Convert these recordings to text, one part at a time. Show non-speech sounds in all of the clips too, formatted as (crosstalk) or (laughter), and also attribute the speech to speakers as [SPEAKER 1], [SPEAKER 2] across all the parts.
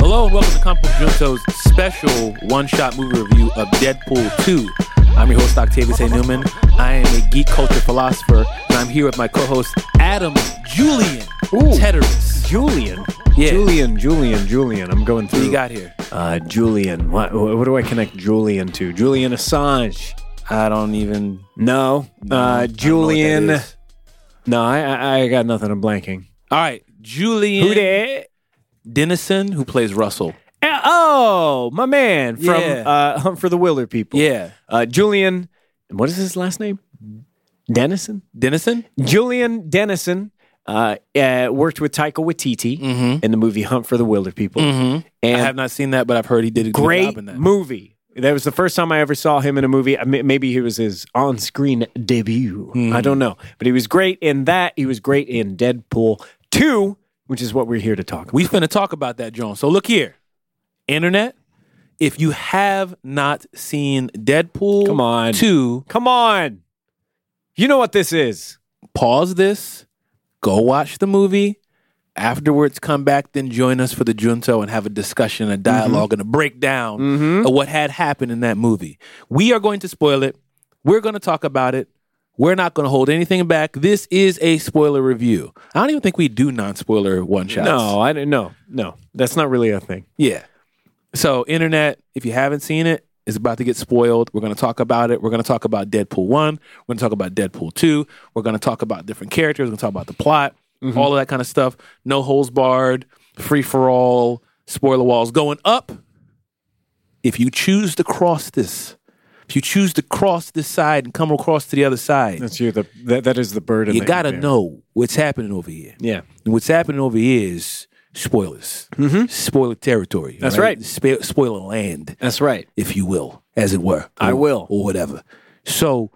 [SPEAKER 1] Hello and welcome to Compo Junto's special one-shot movie review of Deadpool 2. I'm your host, Octavius A. Newman. I am a geek culture philosopher, and I'm here with my co-host, Adam Julian
[SPEAKER 2] Ooh.
[SPEAKER 1] Tedderus.
[SPEAKER 2] Julian.
[SPEAKER 1] Yeah.
[SPEAKER 2] Julian, Julian, Julian. I'm going
[SPEAKER 1] What
[SPEAKER 2] through.
[SPEAKER 1] do you got here?
[SPEAKER 2] Uh, Julian. What, what do I connect Julian to? Julian Assange.
[SPEAKER 1] I don't even...
[SPEAKER 2] No. Uh, Julian. No, I, I, I got nothing. I'm blanking.
[SPEAKER 1] All right,
[SPEAKER 2] Who
[SPEAKER 1] Julian
[SPEAKER 2] that?
[SPEAKER 1] Dennison, who plays Russell.
[SPEAKER 2] Eh, Oh, my man from
[SPEAKER 1] Yeah.
[SPEAKER 2] uh, Hunt for the Willer people.
[SPEAKER 1] Yeah.
[SPEAKER 2] Uh, Julian. What is his last name? Dennison?
[SPEAKER 1] Dennison?
[SPEAKER 2] Julian Dennison uh, uh, worked with Taika Waititi in the movie Hunt for the Wilder People.
[SPEAKER 1] Mm-hmm. I
[SPEAKER 2] And
[SPEAKER 1] have not seen that, but I've heard he did a good
[SPEAKER 2] great
[SPEAKER 1] job in that.
[SPEAKER 2] movie. That was the first time I ever saw him in a movie. I mean, Maybe it was his on screen debut.
[SPEAKER 1] Hmm.
[SPEAKER 2] I don't know. But he was great in that. He was great in Deadpool 2, which is what we're here to talk about.
[SPEAKER 1] We finna talk about that, John. So look here, internet. If you have not seen Deadpool,
[SPEAKER 2] Come on.
[SPEAKER 1] two,
[SPEAKER 2] Come on. You know what this is.
[SPEAKER 1] pause this, go watch the movie. Afterwards, come back, then join us for the Junto and have a discussion, a dialog
[SPEAKER 2] Mm-hmm.
[SPEAKER 1] and a breakdown of what had happened in that movie. We are going to spoil it. We're going to talk about it. We're not going to hold anything back. This is a spoiler review. I don't even think we do non spoiler one shots.
[SPEAKER 2] No, I didn't. No, no. That's not really a thing.
[SPEAKER 1] Yeah. So, internet, if you haven't seen it, it's about to get spoiled. We're going to talk about it. We're going to talk about Deadpool 1. We're going to talk about Deadpool 2. We're going to talk about different characters. We're going to talk about the plot, all of that kind of stuff. No holes barred, free for all, spoiler walls going up. If you choose to cross this, if you choose to cross this side and come across to the other side,
[SPEAKER 2] That's you. The, that, that is the burden.
[SPEAKER 1] you
[SPEAKER 2] that
[SPEAKER 1] got to
[SPEAKER 2] bear.
[SPEAKER 1] know what's happening over here.
[SPEAKER 2] Yeah.
[SPEAKER 1] And what's happening over here is spoilers, spoiler territory.
[SPEAKER 2] Mm-hmm. That's
[SPEAKER 1] all
[SPEAKER 2] right.
[SPEAKER 1] Sp- spoiler land,
[SPEAKER 2] That's right.
[SPEAKER 1] if you will, as it were.
[SPEAKER 2] I will.
[SPEAKER 1] or whatever. So,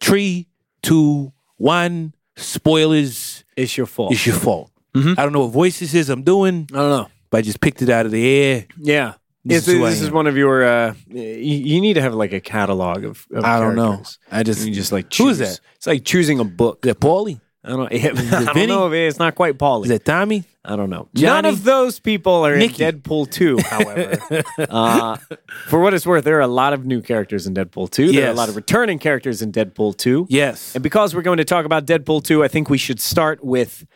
[SPEAKER 1] three, two, one. Spoilers
[SPEAKER 2] It's your fault.
[SPEAKER 1] is your fault.
[SPEAKER 2] Mm-hmm.
[SPEAKER 1] I don't know what voice this is I'm doing,
[SPEAKER 2] I don't know.
[SPEAKER 1] but I just picked it out of the air.
[SPEAKER 2] Yeah.
[SPEAKER 1] This is
[SPEAKER 2] This,
[SPEAKER 1] who I
[SPEAKER 2] this is
[SPEAKER 1] am.
[SPEAKER 2] one of your. Uh, you, you need to have like a catalog of. of
[SPEAKER 1] I don't know.
[SPEAKER 2] characters.
[SPEAKER 1] I just
[SPEAKER 2] You just like choose.
[SPEAKER 1] Who is that?
[SPEAKER 2] It's like choosing a book.
[SPEAKER 1] Is that Paulie?
[SPEAKER 2] I don't. (laughs) I don't
[SPEAKER 1] Vinny?
[SPEAKER 2] know. If it- it's not quite
[SPEAKER 1] Is
[SPEAKER 2] Paulie.
[SPEAKER 1] that Tommy?
[SPEAKER 2] I don't know. None
[SPEAKER 1] Johnny?
[SPEAKER 2] of those people are
[SPEAKER 1] Nikki?
[SPEAKER 2] in Deadpool two. (laughs) However, uh, for what it's worth, there are a lot of new characters in Deadpool two. There are a
[SPEAKER 1] Yes.
[SPEAKER 2] lot of returning characters in Deadpool two.
[SPEAKER 1] Yes.
[SPEAKER 2] And because we're going to talk about Deadpool 2, I think we should start with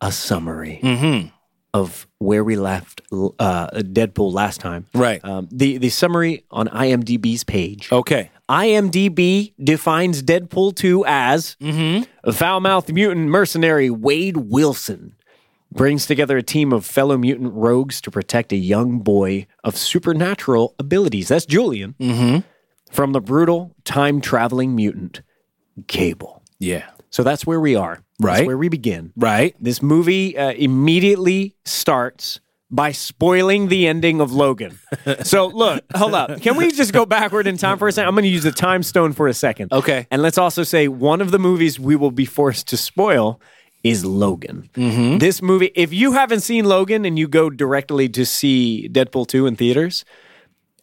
[SPEAKER 2] a summary of where we left uh, Deadpool last time.
[SPEAKER 1] Right.
[SPEAKER 2] Um, the, the summary on IMDb's page.
[SPEAKER 1] Okay.
[SPEAKER 2] IMDb defines Deadpool 2 as a foul mouthed mutant mercenary Wade Wilson brings together a team of fellow mutant rogues to protect a young boy of supernatural abilities. That's Julian. From the brutal time traveling mutant Cable.
[SPEAKER 1] Yeah.
[SPEAKER 2] So that's where we are. That's
[SPEAKER 1] Right.
[SPEAKER 2] where we begin.
[SPEAKER 1] Right.
[SPEAKER 2] This movie uh, immediately starts by spoiling the ending of Logan. so, look, hold up. Can we just go backward in time for a second? I'm going to use the time stone for a second.
[SPEAKER 1] Okay.
[SPEAKER 2] And let's also say one of the movies we will be forced to spoil is Logan. This movie, if you haven't seen Logan and you go directly to see Deadpool 2 in theaters,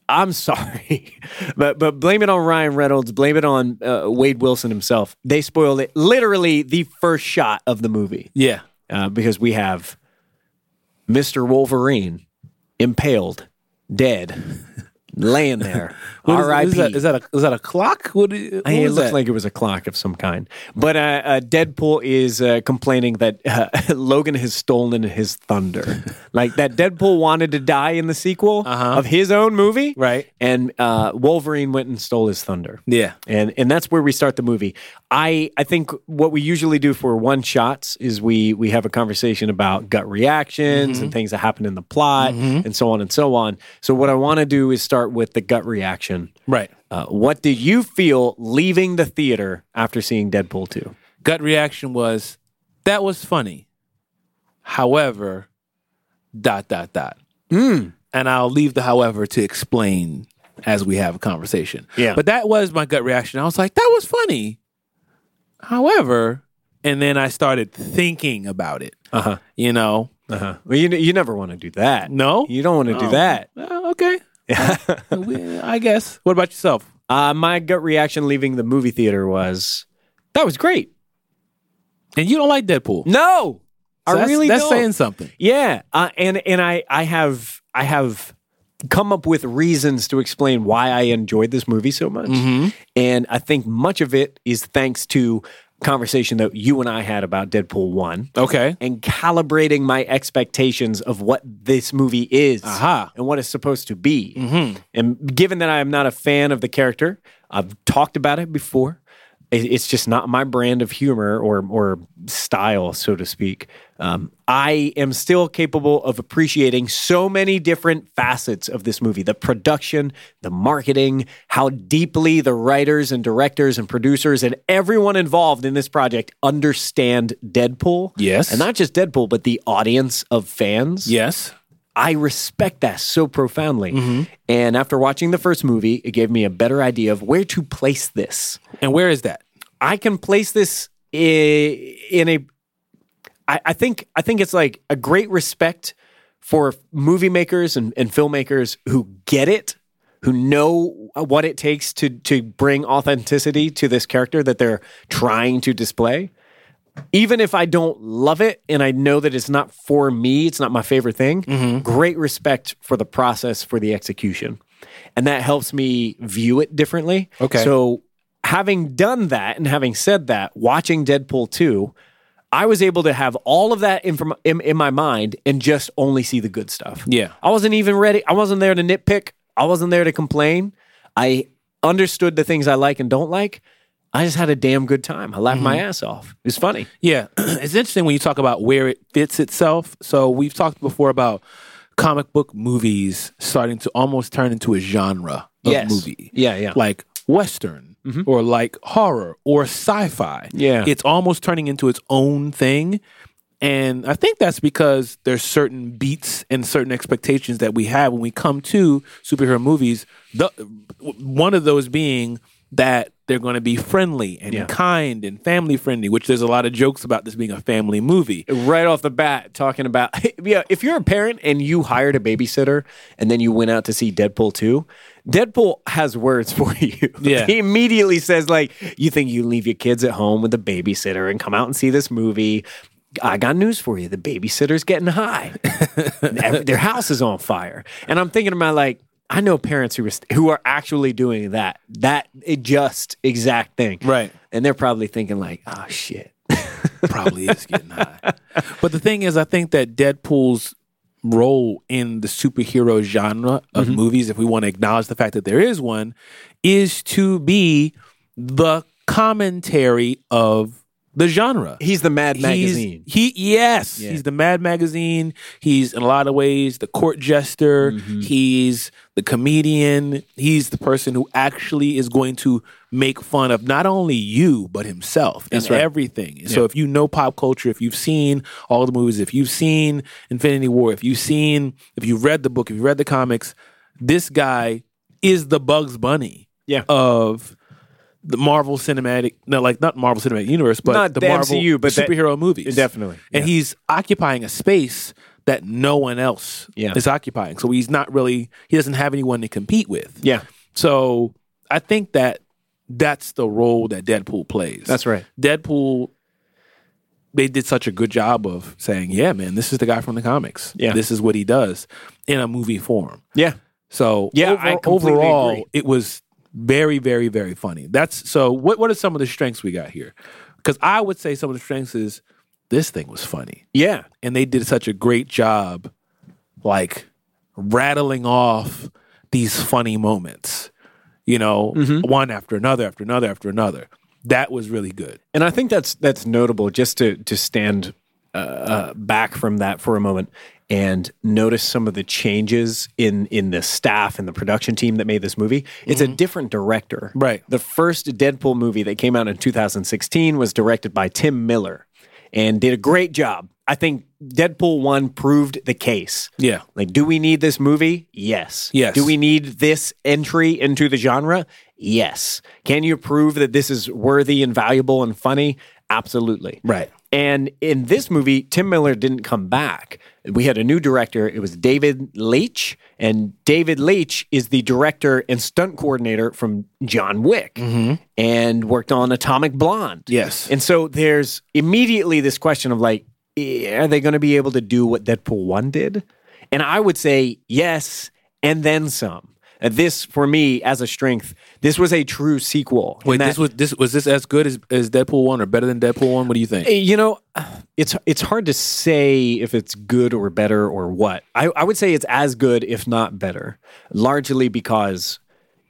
[SPEAKER 2] I'm (laughs) sorry, but but blame it on Ryan Reynolds. Blame it on uh, Wade Wilson himself. They spoiled it literally the first shot of the movie
[SPEAKER 1] Yeah.
[SPEAKER 2] uh, because we have Mr. Wolverine impaled, dead,
[SPEAKER 1] (laughs)
[SPEAKER 2] laying there.
[SPEAKER 1] What is-
[SPEAKER 2] R.I.P.
[SPEAKER 1] Is, that- is that a is that a clock? What, i- what
[SPEAKER 2] I mean, it
[SPEAKER 1] was
[SPEAKER 2] looked
[SPEAKER 1] that?
[SPEAKER 2] like it was a clock of some kind. But uh, uh, Deadpool is uh, complaining that uh, (laughs) Logan has stolen
[SPEAKER 1] (laughs)
[SPEAKER 2] his thunder. like that Deadpool wanted to die in the sequel of his own movie.
[SPEAKER 1] Uh-huh. Right.
[SPEAKER 2] And uh, Wolverine went and stole his thunder.
[SPEAKER 1] Yeah.
[SPEAKER 2] And and that's where we start the movie. I I think what we usually do for one shots is we we have a conversation about gut reactions
[SPEAKER 1] Mm-hmm.
[SPEAKER 2] and things that happen in the plot and so on and so on. So what I want to do is start with the gut reaction.
[SPEAKER 1] Right.
[SPEAKER 2] Uh, what did you feel leaving the theater after seeing Deadpool 2?
[SPEAKER 1] gut reaction was that was funny. However, dot dot dot.
[SPEAKER 2] Hmm.
[SPEAKER 1] And I'll leave the however to explain as we have a conversation.
[SPEAKER 2] Yeah.
[SPEAKER 1] But that was my gut reaction. I was like, that was funny. However, and then I started thinking about it.
[SPEAKER 2] Uh-huh.
[SPEAKER 1] You know?
[SPEAKER 2] Uh-huh. Well, you, you never want to do that.
[SPEAKER 1] No?
[SPEAKER 2] You don't want to do
[SPEAKER 1] Oh.
[SPEAKER 2] that.
[SPEAKER 1] Well, okay. We- (laughs) I guess. What about yourself?
[SPEAKER 2] Uh, my gut reaction leaving the movie theater was that was great.
[SPEAKER 1] And you don't like Deadpool.
[SPEAKER 2] No,
[SPEAKER 1] So
[SPEAKER 2] I
[SPEAKER 1] that's,
[SPEAKER 2] really
[SPEAKER 1] that's
[SPEAKER 2] don't.
[SPEAKER 1] saying something.
[SPEAKER 2] Yeah, uh, and and I I have I have come up with reasons to explain why I enjoyed this movie so much, and I think much of it is thanks to conversation that you and I had about Deadpool one.
[SPEAKER 1] Okay.
[SPEAKER 2] And calibrating my expectations of what this movie is
[SPEAKER 1] Aha. Mm-hmm.
[SPEAKER 2] and what it's supposed to be. And given that I am not a fan of the character, I've talked about it before. it- It's just not my brand of humor or or style, so to speak. Um, I am still capable of appreciating so many different facets of this movie: the production, the marketing, how deeply the writers and directors and producers and everyone involved in this project understand Deadpool.
[SPEAKER 1] Yes.
[SPEAKER 2] and not just Deadpool, but the audience of fans.
[SPEAKER 1] Yes.
[SPEAKER 2] I respect that so profoundly. And after watching the first movie, it gave me a better idea of where to place this.
[SPEAKER 1] And where is that?
[SPEAKER 2] I can place this i- in a. I, I think I think it's like a great respect for movie makers and, and filmmakers who get it, who know what it takes to to bring authenticity to this character that they're trying to display. Even if I don't love it and I know that it's not for me, it's not my favorite thing,
[SPEAKER 1] Mm-hmm.
[SPEAKER 2] great respect for the process, for the execution. And that helps me view it differently.
[SPEAKER 1] Okay.
[SPEAKER 2] So so, having done that and having said that, watching Deadpool 2, I was able to have all of that in, from, in, in my mind and just only see the good stuff.
[SPEAKER 1] Yeah.
[SPEAKER 2] I wasn't even ready. I wasn't there to nitpick. I wasn't there to complain. I understood the things I like and don't like. I just had a damn good time. I
[SPEAKER 1] Mm-hmm.
[SPEAKER 2] laughed my ass off. It was funny.
[SPEAKER 1] Yeah, (clears throat) it's interesting when you talk about where it fits itself. So we've talked before about comic book movies starting to almost turn into a genre of
[SPEAKER 2] Yes.
[SPEAKER 1] movie.
[SPEAKER 2] Yeah, yeah. Mm-hmm.
[SPEAKER 1] Like western or like horror or sci-fi.
[SPEAKER 2] Yeah.
[SPEAKER 1] It's almost turning into its own thing. And I think that's because there's certain beats and certain expectations that we have when we come to superhero movies. The one of those being that they're going to be friendly and
[SPEAKER 2] Yeah.
[SPEAKER 1] kind and family friendly, which there's a lot of jokes about this being a family movie.
[SPEAKER 2] right off the bat talking about (laughs) yeah if you're a parent and you hired a babysitter and then you went out to see deadpool 2 deadpool has words (laughs) for you
[SPEAKER 1] Yeah.
[SPEAKER 2] he immediately says like you think you leave your kids at home with a babysitter and come out and see this movie I got news for you. The babysitter's getting (laughs) high. Every- Their house is on fire. And I'm thinking about like, I know parents who are, who are actually doing that, that eh, just exact thing.
[SPEAKER 1] Right.
[SPEAKER 2] And they're probably thinking like, oh shit.
[SPEAKER 1] Probably is getting high. But the thing is, I think that Deadpool's role in the superhero genre of movies, if we want to acknowledge the fact that there is one, is to be the commentary of the genre.
[SPEAKER 2] He's the Mad
[SPEAKER 1] He's-
[SPEAKER 2] Magazine.
[SPEAKER 1] He yes,
[SPEAKER 2] Yeah.
[SPEAKER 1] he's the Mad Magazine. He's in a lot of ways the court jester.
[SPEAKER 2] Mm-hmm.
[SPEAKER 1] He's the comedian. He's the person who actually is going to make fun of not only you but himself and
[SPEAKER 2] right.
[SPEAKER 1] everything. So if you know pop culture, if you've seen all the movies, if you've seen Infinity War, if you've seen, if you've read the book, if you've read the comics, this guy is the Bugs Bunny
[SPEAKER 2] Yeah.
[SPEAKER 1] of the Marvel Cinematic, no, like not Marvel Cinematic Universe, but
[SPEAKER 2] Not
[SPEAKER 1] the,
[SPEAKER 2] the
[SPEAKER 1] Marvel
[SPEAKER 2] MCU, but that-
[SPEAKER 1] superhero movies,
[SPEAKER 2] Definitely,
[SPEAKER 1] And he's occupying a space that no one else
[SPEAKER 2] Yeah.
[SPEAKER 1] is occupying. So he's not really he doesn't have anyone to compete with.
[SPEAKER 2] Yeah.
[SPEAKER 1] So I think that that's the role that Deadpool plays.
[SPEAKER 2] That's right.
[SPEAKER 1] Deadpool. They did such a good job of saying, "Yeah, man, this is the guy from the comics.
[SPEAKER 2] Yeah.
[SPEAKER 1] this is what he does in a movie form."
[SPEAKER 2] Yeah.
[SPEAKER 1] So
[SPEAKER 2] Yeah,
[SPEAKER 1] over-
[SPEAKER 2] I completely
[SPEAKER 1] overall,
[SPEAKER 2] agree.
[SPEAKER 1] it was very, very, very funny. That's so. What what are some of the strengths we got here? Because I would say some of the strengths is this thing was funny,
[SPEAKER 2] Yeah.
[SPEAKER 1] and they did such a great job, like rattling off these funny moments, you know,
[SPEAKER 2] Mm-hmm.
[SPEAKER 1] one after another, after another, after another. That was really good.
[SPEAKER 2] And I think that's that's notable just to to stand uh, uh, back from that for a moment and notice some of the changes in in the staff and the production team that made this movie. It's a different director.
[SPEAKER 1] Mm-hmm. Right.
[SPEAKER 2] The first Deadpool movie that came out in 2016 was directed by Tim Miller and did a great job. I think Deadpool 1 proved the case.
[SPEAKER 1] Yeah.
[SPEAKER 2] Like, do we need this movie? Yes.
[SPEAKER 1] Yes.
[SPEAKER 2] Do we need this entry into the genre? Yes. Can you prove that this is worthy and valuable and funny? Absolutely.
[SPEAKER 1] Right.
[SPEAKER 2] And in this movie, Tim Miller didn't come back. We had a new director. It was David Leitch. And David Leitch is the director and stunt coordinator from John Wick and worked on Atomic Blonde.
[SPEAKER 1] Yes.
[SPEAKER 2] And so there's immediately this question of like, eh, are they going to be able to do what Deadpool 1 did? And I would say yes, and then some. Uh, This, for me, as a strength, this was a true sequel. in
[SPEAKER 1] Wait,
[SPEAKER 2] that-
[SPEAKER 1] this was this was this as good as, as Deadpool one or better than Deadpool one? What do you think?
[SPEAKER 2] Eh, you know, it's it's hard to say if it's good or better or what. I, I would say it's as good, if not better, largely because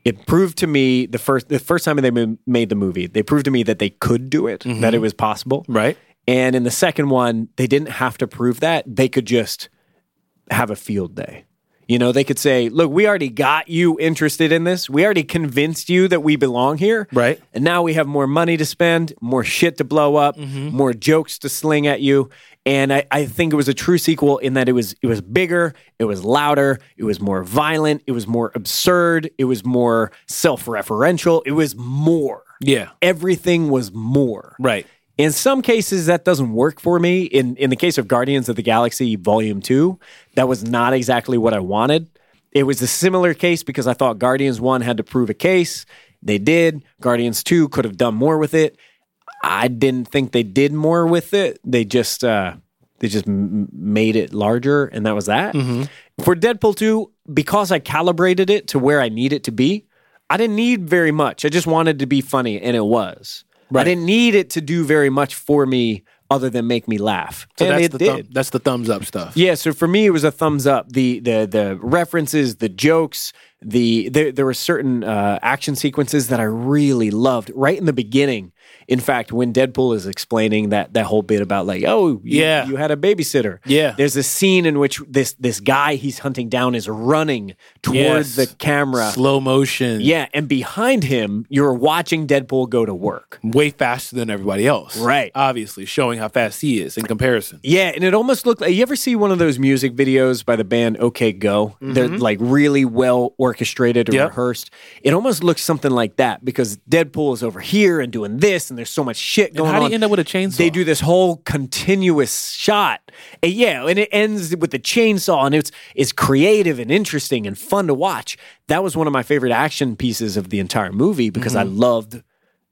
[SPEAKER 2] it proved to me the first the first time they ma- made the movie, they proved to me that they could do it, that it was possible,
[SPEAKER 1] Mm-hmm. Right.
[SPEAKER 2] And in the second one, they didn't have to prove that; they could just have a field day. You know, they could say, "Look, we already got you interested in this. We already convinced you that we belong here.
[SPEAKER 1] Right.
[SPEAKER 2] And now we have more money to spend, more shit to blow up,
[SPEAKER 1] Mm-hmm.
[SPEAKER 2] more jokes to sling at you. And I, I think it was a true sequel in that it was it was bigger, it was louder, it was more violent, it was more absurd, it was more self-referential, it was more.
[SPEAKER 1] Yeah.
[SPEAKER 2] Everything was more.
[SPEAKER 1] Right.
[SPEAKER 2] In some cases, that doesn't work for me. In in the case of Guardians of the Galaxy Volume Two, that was not exactly what I wanted. It was a similar case because I thought Guardians One had to prove a case. They did. Guardians Two could have done more with it. I didn't think they did more with it. They just uh, they just m- made it larger, and that was that. For Deadpool Two, because I calibrated it to where I need it to be, I didn't need very much. I just wanted to be funny, and it was. I didn't need it to do very much for me other than make me laugh.
[SPEAKER 1] So
[SPEAKER 2] and
[SPEAKER 1] that's
[SPEAKER 2] it
[SPEAKER 1] the
[SPEAKER 2] did.
[SPEAKER 1] thumb, that's the thumbs up stuff.
[SPEAKER 2] Yeah, so for me, it was a thumbs up. The the the references, the jokes, the there, there were certain uh, action sequences that I really loved right in the beginning. In fact, when Deadpool is explaining that that whole bit about like, oh you-
[SPEAKER 1] Yeah.
[SPEAKER 2] you had a babysitter.
[SPEAKER 1] Yeah.
[SPEAKER 2] there's a scene in which this this guy he's hunting down is running toward
[SPEAKER 1] Yes.
[SPEAKER 2] the camera.
[SPEAKER 1] Slow motion.
[SPEAKER 2] yeah, and behind him, you're watching Deadpool go to work.
[SPEAKER 1] Way faster than everybody else.
[SPEAKER 2] Right.
[SPEAKER 1] Obviously, showing how fast he is in comparison.
[SPEAKER 2] Yeah, and it almost looked like you ever see one of those music videos by the band OK Go? They're like really well orchestrated or
[SPEAKER 1] Mm-hmm. Yep.
[SPEAKER 2] rehearsed. It almost looks something like that because Deadpool is over here and doing this, and there's so much shit going
[SPEAKER 1] how do you
[SPEAKER 2] on.
[SPEAKER 1] end up with a chainsaw?
[SPEAKER 2] They do this whole continuous shot. And yeah, and it ends with the chainsaw, and it's it's creative and interesting and fun to watch. That was one of my favorite action pieces of the entire movie because I loved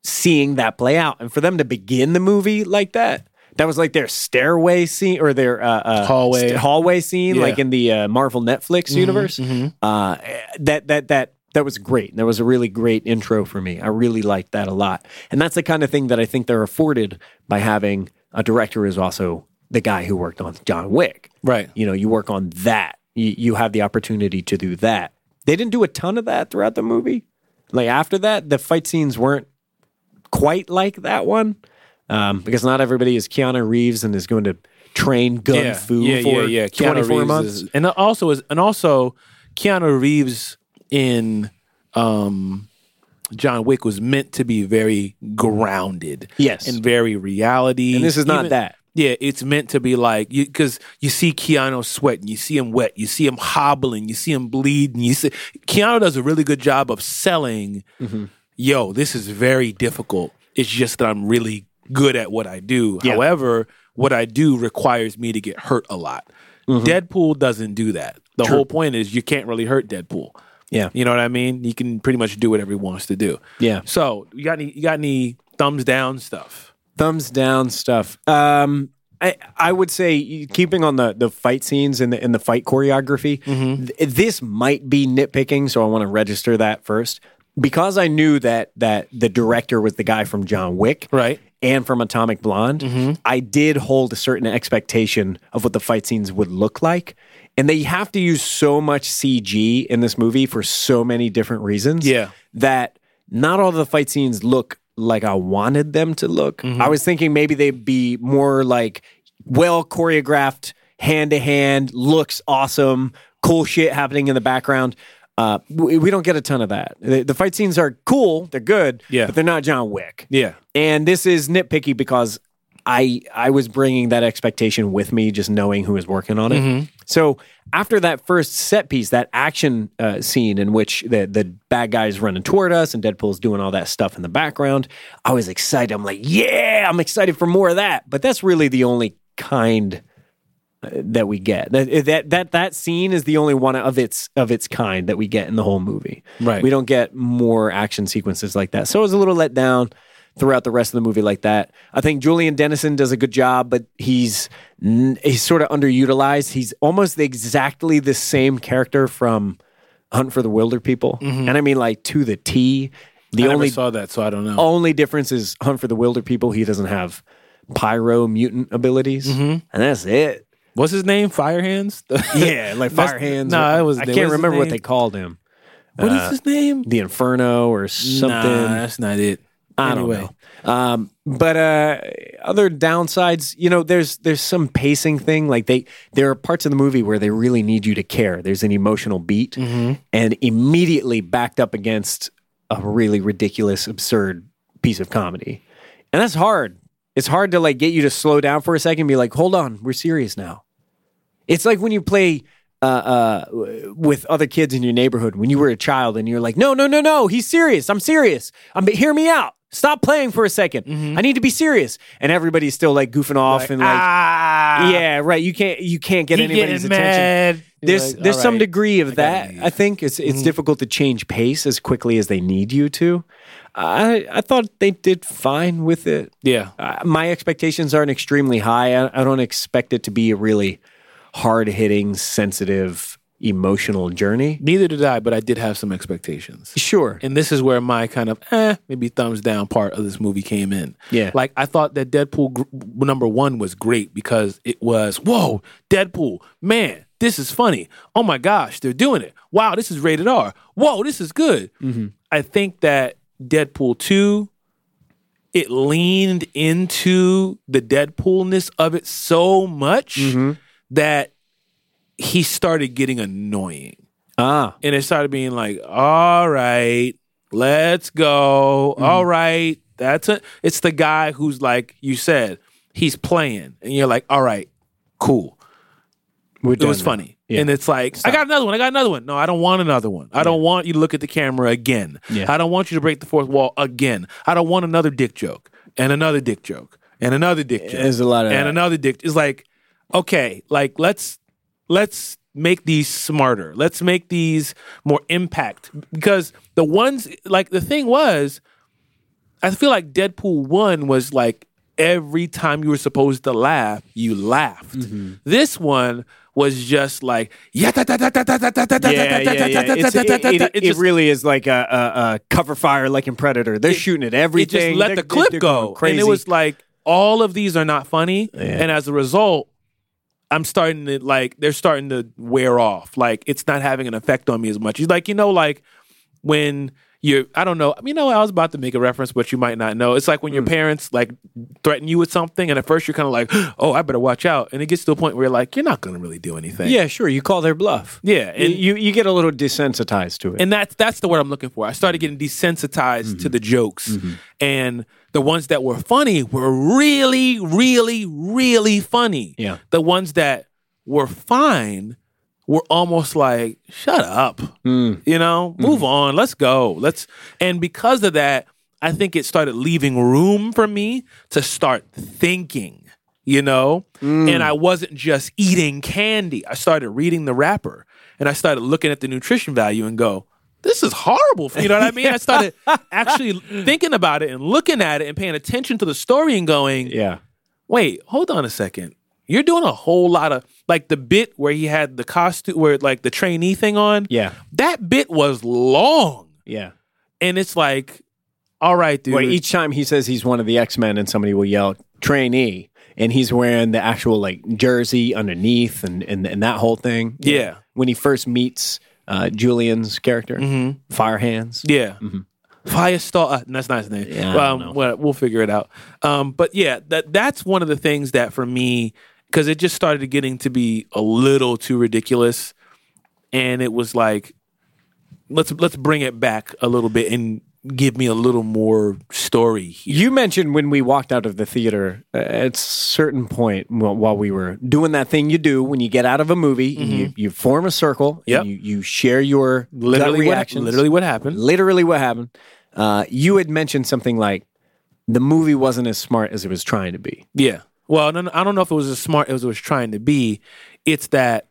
[SPEAKER 2] seeing that play out. And for them to begin the movie like that, that was like their stairway scene or their uh, uh,
[SPEAKER 1] Hallway.
[SPEAKER 2] st- hallway scene,
[SPEAKER 1] Yeah.
[SPEAKER 2] like in the uh, Marvel Netflix universe. Uh, that that that that was great. That was a really great intro for me. I really liked that a lot. And that's the kind of thing that I think they're afforded by having a director who's also the guy who worked on John Wick.
[SPEAKER 1] Right.
[SPEAKER 2] You know, you work on that. You, you have the opportunity to do that. They didn't do a ton of that throughout the movie. Like after that, the fight scenes weren't quite like that one um, because not everybody is Keanu Reeves and is going to train gun fu for
[SPEAKER 1] Keanu
[SPEAKER 2] 24
[SPEAKER 1] Reeves
[SPEAKER 2] months.
[SPEAKER 1] is- and also is and also Keanu Reeves in um John Wick was meant to be very grounded.
[SPEAKER 2] Yes.
[SPEAKER 1] And very reality.
[SPEAKER 2] And this is not that.
[SPEAKER 1] Yeah, it's meant to be like because you, see Keanu sweating, you see him wet, you see him hobbling, you see him bleeding. You see Keanu does a really good job of selling.
[SPEAKER 2] Mm-hmm.
[SPEAKER 1] Yo, this is very difficult. It's just that I'm really good at what I do.
[SPEAKER 2] Yeah.
[SPEAKER 1] However, what I do requires me to get hurt a lot.
[SPEAKER 2] Mm-hmm.
[SPEAKER 1] Deadpool doesn't do that. The whole point is you can't really hurt Deadpool.
[SPEAKER 2] yeah.
[SPEAKER 1] You know what I mean? He can pretty much do whatever he wants to do.
[SPEAKER 2] Yeah.
[SPEAKER 1] So you got any you got any thumbs down stuff?
[SPEAKER 2] thumbs down stuff. Um, I I would say you- keeping on the the fight scenes and the and the fight choreography.
[SPEAKER 1] Mm-hmm.
[SPEAKER 2] th- this might be nitpicking, so I want to register that first because I knew that that the director was the guy from John Wick,
[SPEAKER 1] Right. Mm-hmm.
[SPEAKER 2] And from Atomic Blonde, I did hold a certain expectation of what the fight scenes would look like. And they have to use so much CG in this movie for so many different reasons
[SPEAKER 1] Yeah.
[SPEAKER 2] that not all the fight scenes look like I wanted them to look. I was thinking maybe they'd be more like well choreographed, hand to hand, looks awesome, cool shit happening in the background. Uh, we, we don't get a ton of that. The, the fight scenes are cool, they're good,
[SPEAKER 1] Yeah.
[SPEAKER 2] but they're not John Wick.
[SPEAKER 1] Yeah.
[SPEAKER 2] And this is nitpicky because I I was bringing that expectation with me, just knowing who was working on it. So after that first set piece, that action uh, scene in which the the bad guys running toward us and Deadpool's doing all that stuff in the background, I was excited. I'm like, yeah, I'm excited for more of that. But that's really the only kind uh, that we get. That eh, that that that scene is the only one of its of its kind that we get in the whole movie.
[SPEAKER 1] Right.
[SPEAKER 2] We don't get more action sequences like that. So I was a little let down. throughout the rest of the movie like that. I think Julian Dennison does a good job, but he's n- he's sort of underutilized. He's almost exactly the same character from Hunt for the Wilder People, and I mean like to the T.
[SPEAKER 1] Mm-hmm.
[SPEAKER 2] The
[SPEAKER 1] I
[SPEAKER 2] only
[SPEAKER 1] never saw that, so I don't know.
[SPEAKER 2] only difference is Hunt for the Wilder People. He doesn't have pyro mutant abilities,
[SPEAKER 1] Mm-hmm.
[SPEAKER 2] and that's it.
[SPEAKER 1] What's his name? Fire hands? (laughs)
[SPEAKER 2] (laughs) Yeah, like fire
[SPEAKER 1] That's-
[SPEAKER 2] hands.
[SPEAKER 1] No,
[SPEAKER 2] or-
[SPEAKER 1] that was.
[SPEAKER 2] I
[SPEAKER 1] that
[SPEAKER 2] can't
[SPEAKER 1] was his
[SPEAKER 2] remember what
[SPEAKER 1] name.
[SPEAKER 2] they called him.
[SPEAKER 1] What is his name?
[SPEAKER 2] The Inferno or
[SPEAKER 1] Nah,
[SPEAKER 2] something.
[SPEAKER 1] that's not it.
[SPEAKER 2] I don't know. Um, but uh, other downsides, you know, there's there's some pacing thing. Like they there are parts of the movie where they really need you to care. There's an emotional beat,
[SPEAKER 1] Mm-hmm.
[SPEAKER 2] and immediately backed up against a really ridiculous, absurd piece of comedy, and that's hard. It's hard to like get you to slow down for a second, and be like, hold on, we're serious now. It's like when you play uh, uh, w- with other kids in your neighborhood when you were a child and you're like, no, no, no, no, he's serious. I'm serious. I'm hear me out. Stop playing for a 2nd
[SPEAKER 1] Mm-hmm.
[SPEAKER 2] I need to be serious. And everybody's still like goofing off and like,
[SPEAKER 1] ah,
[SPEAKER 2] yeah, right. You can't you can't get
[SPEAKER 1] he
[SPEAKER 2] anybody's
[SPEAKER 1] getting
[SPEAKER 2] attention.
[SPEAKER 1] mad.
[SPEAKER 2] There's
[SPEAKER 1] You're like,
[SPEAKER 2] there's
[SPEAKER 1] all
[SPEAKER 2] some
[SPEAKER 1] right.
[SPEAKER 2] degree of that.
[SPEAKER 1] leave. Mm-hmm.
[SPEAKER 2] I think it's it's difficult to change pace as quickly as they need you to. I I thought they did fine with it
[SPEAKER 1] Yeah,
[SPEAKER 2] uh, my expectations aren't extremely high. I, I don't expect it to be a really hard hitting, sensitive, emotional journey.
[SPEAKER 1] neither did I, but I did have some expectations.
[SPEAKER 2] Sure.
[SPEAKER 1] And this is where my kind of eh, maybe thumbs down part of this movie came in.
[SPEAKER 2] Yeah.
[SPEAKER 1] Like I thought that Deadpool gr- number one was great because it was, whoa, Deadpool, man, this is funny. Oh my gosh, they're doing it. Wow, this is rated R. Whoa, this is good.
[SPEAKER 2] Mm-hmm.
[SPEAKER 1] I think that Deadpool 2, it leaned into the Deadpoolness of it so much
[SPEAKER 2] Mm-hmm.
[SPEAKER 1] that he started getting annoying
[SPEAKER 2] ah,
[SPEAKER 1] and it started being like, all right, let's go. All right, that's it. It's the guy who's like you said, he's playing, and you're like, all right, cool.
[SPEAKER 2] we're
[SPEAKER 1] It
[SPEAKER 2] done
[SPEAKER 1] was
[SPEAKER 2] now.
[SPEAKER 1] funny,
[SPEAKER 2] Yeah.
[SPEAKER 1] and it's like, I got another one. I got another one. No, I don't want another one. I don't want you to look at the camera again.
[SPEAKER 2] Yeah.
[SPEAKER 1] I don't want you to break the fourth wall again. I don't want another dick joke and another dick joke and another dick joke
[SPEAKER 2] There's a lot of
[SPEAKER 1] and
[SPEAKER 2] that.
[SPEAKER 1] another dick is like okay like let's let's make these smarter let's make these more impact because the ones like the thing was i feel like deadpool 1 was like every time you were supposed to laugh you laughed this one was just like yeah
[SPEAKER 2] Yeah,
[SPEAKER 1] (laughs)
[SPEAKER 2] yeah, yeah. It's- It, it- it really is like a, a, a cover fire, like in Predator. They're shooting at
[SPEAKER 1] it
[SPEAKER 2] everything.
[SPEAKER 1] just let
[SPEAKER 2] They're-
[SPEAKER 1] the clip
[SPEAKER 2] they're going
[SPEAKER 1] go.
[SPEAKER 2] Crazy.
[SPEAKER 1] And it was like all of these are not funny, and as a result, I'm starting to like they're starting to wear off. Like it's not having an effect on me as much. It's like you know, like when you're I don't know. You know, I was about to make a reference, but you might not know. It's like when
[SPEAKER 2] Hmm.
[SPEAKER 1] your parents like threaten you with something, and at first you're kind of like, (gasps) oh, I better watch out, and it gets to a point where you're like, you're not gonna really do anything.
[SPEAKER 2] yeah, sure. You call their bluff.
[SPEAKER 1] yeah, and
[SPEAKER 2] you you get a little desensitized to it. Mm-hmm.
[SPEAKER 1] and that's that's the word I'm looking for. I started getting desensitized to the jokes, and the ones that were funny were really, really, really funny.
[SPEAKER 2] Yeah.
[SPEAKER 1] the ones that were fine were almost like, "Shut up," you know, move on, let's go, let's. And because of that, I think it started leaving room for me to start thinking. You know, and I wasn't just eating candy. I started reading the wrapper and I started looking at the nutrition value and go, this is horrible. for- You know what I mean? I started actually thinking about it and looking at it and paying attention to the story and going,
[SPEAKER 2] yeah.
[SPEAKER 1] wait, hold on a second. You're doing a whole lot of like the bit where he had the costume, where like the trainee thing on.
[SPEAKER 2] Yeah.
[SPEAKER 1] That bit was long.
[SPEAKER 2] Yeah.
[SPEAKER 1] And it's like, all right, dude.
[SPEAKER 2] Well, each time he says he's one of the X Men, and somebody will yell trainee, and he's wearing the actual like jersey underneath, and and, and that whole thing.
[SPEAKER 1] Yeah.
[SPEAKER 2] when he first meets uh, Julian's character,
[SPEAKER 1] Mm-hmm.
[SPEAKER 2] Fire Hands.
[SPEAKER 1] Yeah. Firestar. Uh, that's not his name.
[SPEAKER 2] Mm-hmm. Yeah, I don't
[SPEAKER 1] um, well, we'll figure it out. Um, but yeah, that that's one of the things that for me, because it just started getting to be a little too ridiculous, and it was like, let's let's bring it back a little bit and give me a little more story here.
[SPEAKER 2] You mentioned when we walked out of the theater uh, at a certain point wh- while we were doing that thing you do when you get out of a movie, and you, you form a circle,
[SPEAKER 1] Mm-hmm. Yep.
[SPEAKER 2] and you, you share your gut
[SPEAKER 1] Literally, what,
[SPEAKER 2] reactions.
[SPEAKER 1] literally what happened?
[SPEAKER 2] literally what happened. Uh, you had mentioned something like the movie wasn't as smart as it was trying to be.
[SPEAKER 1] Yeah. Well, no, no, I don't know if it was as smart as it was trying to be. It's that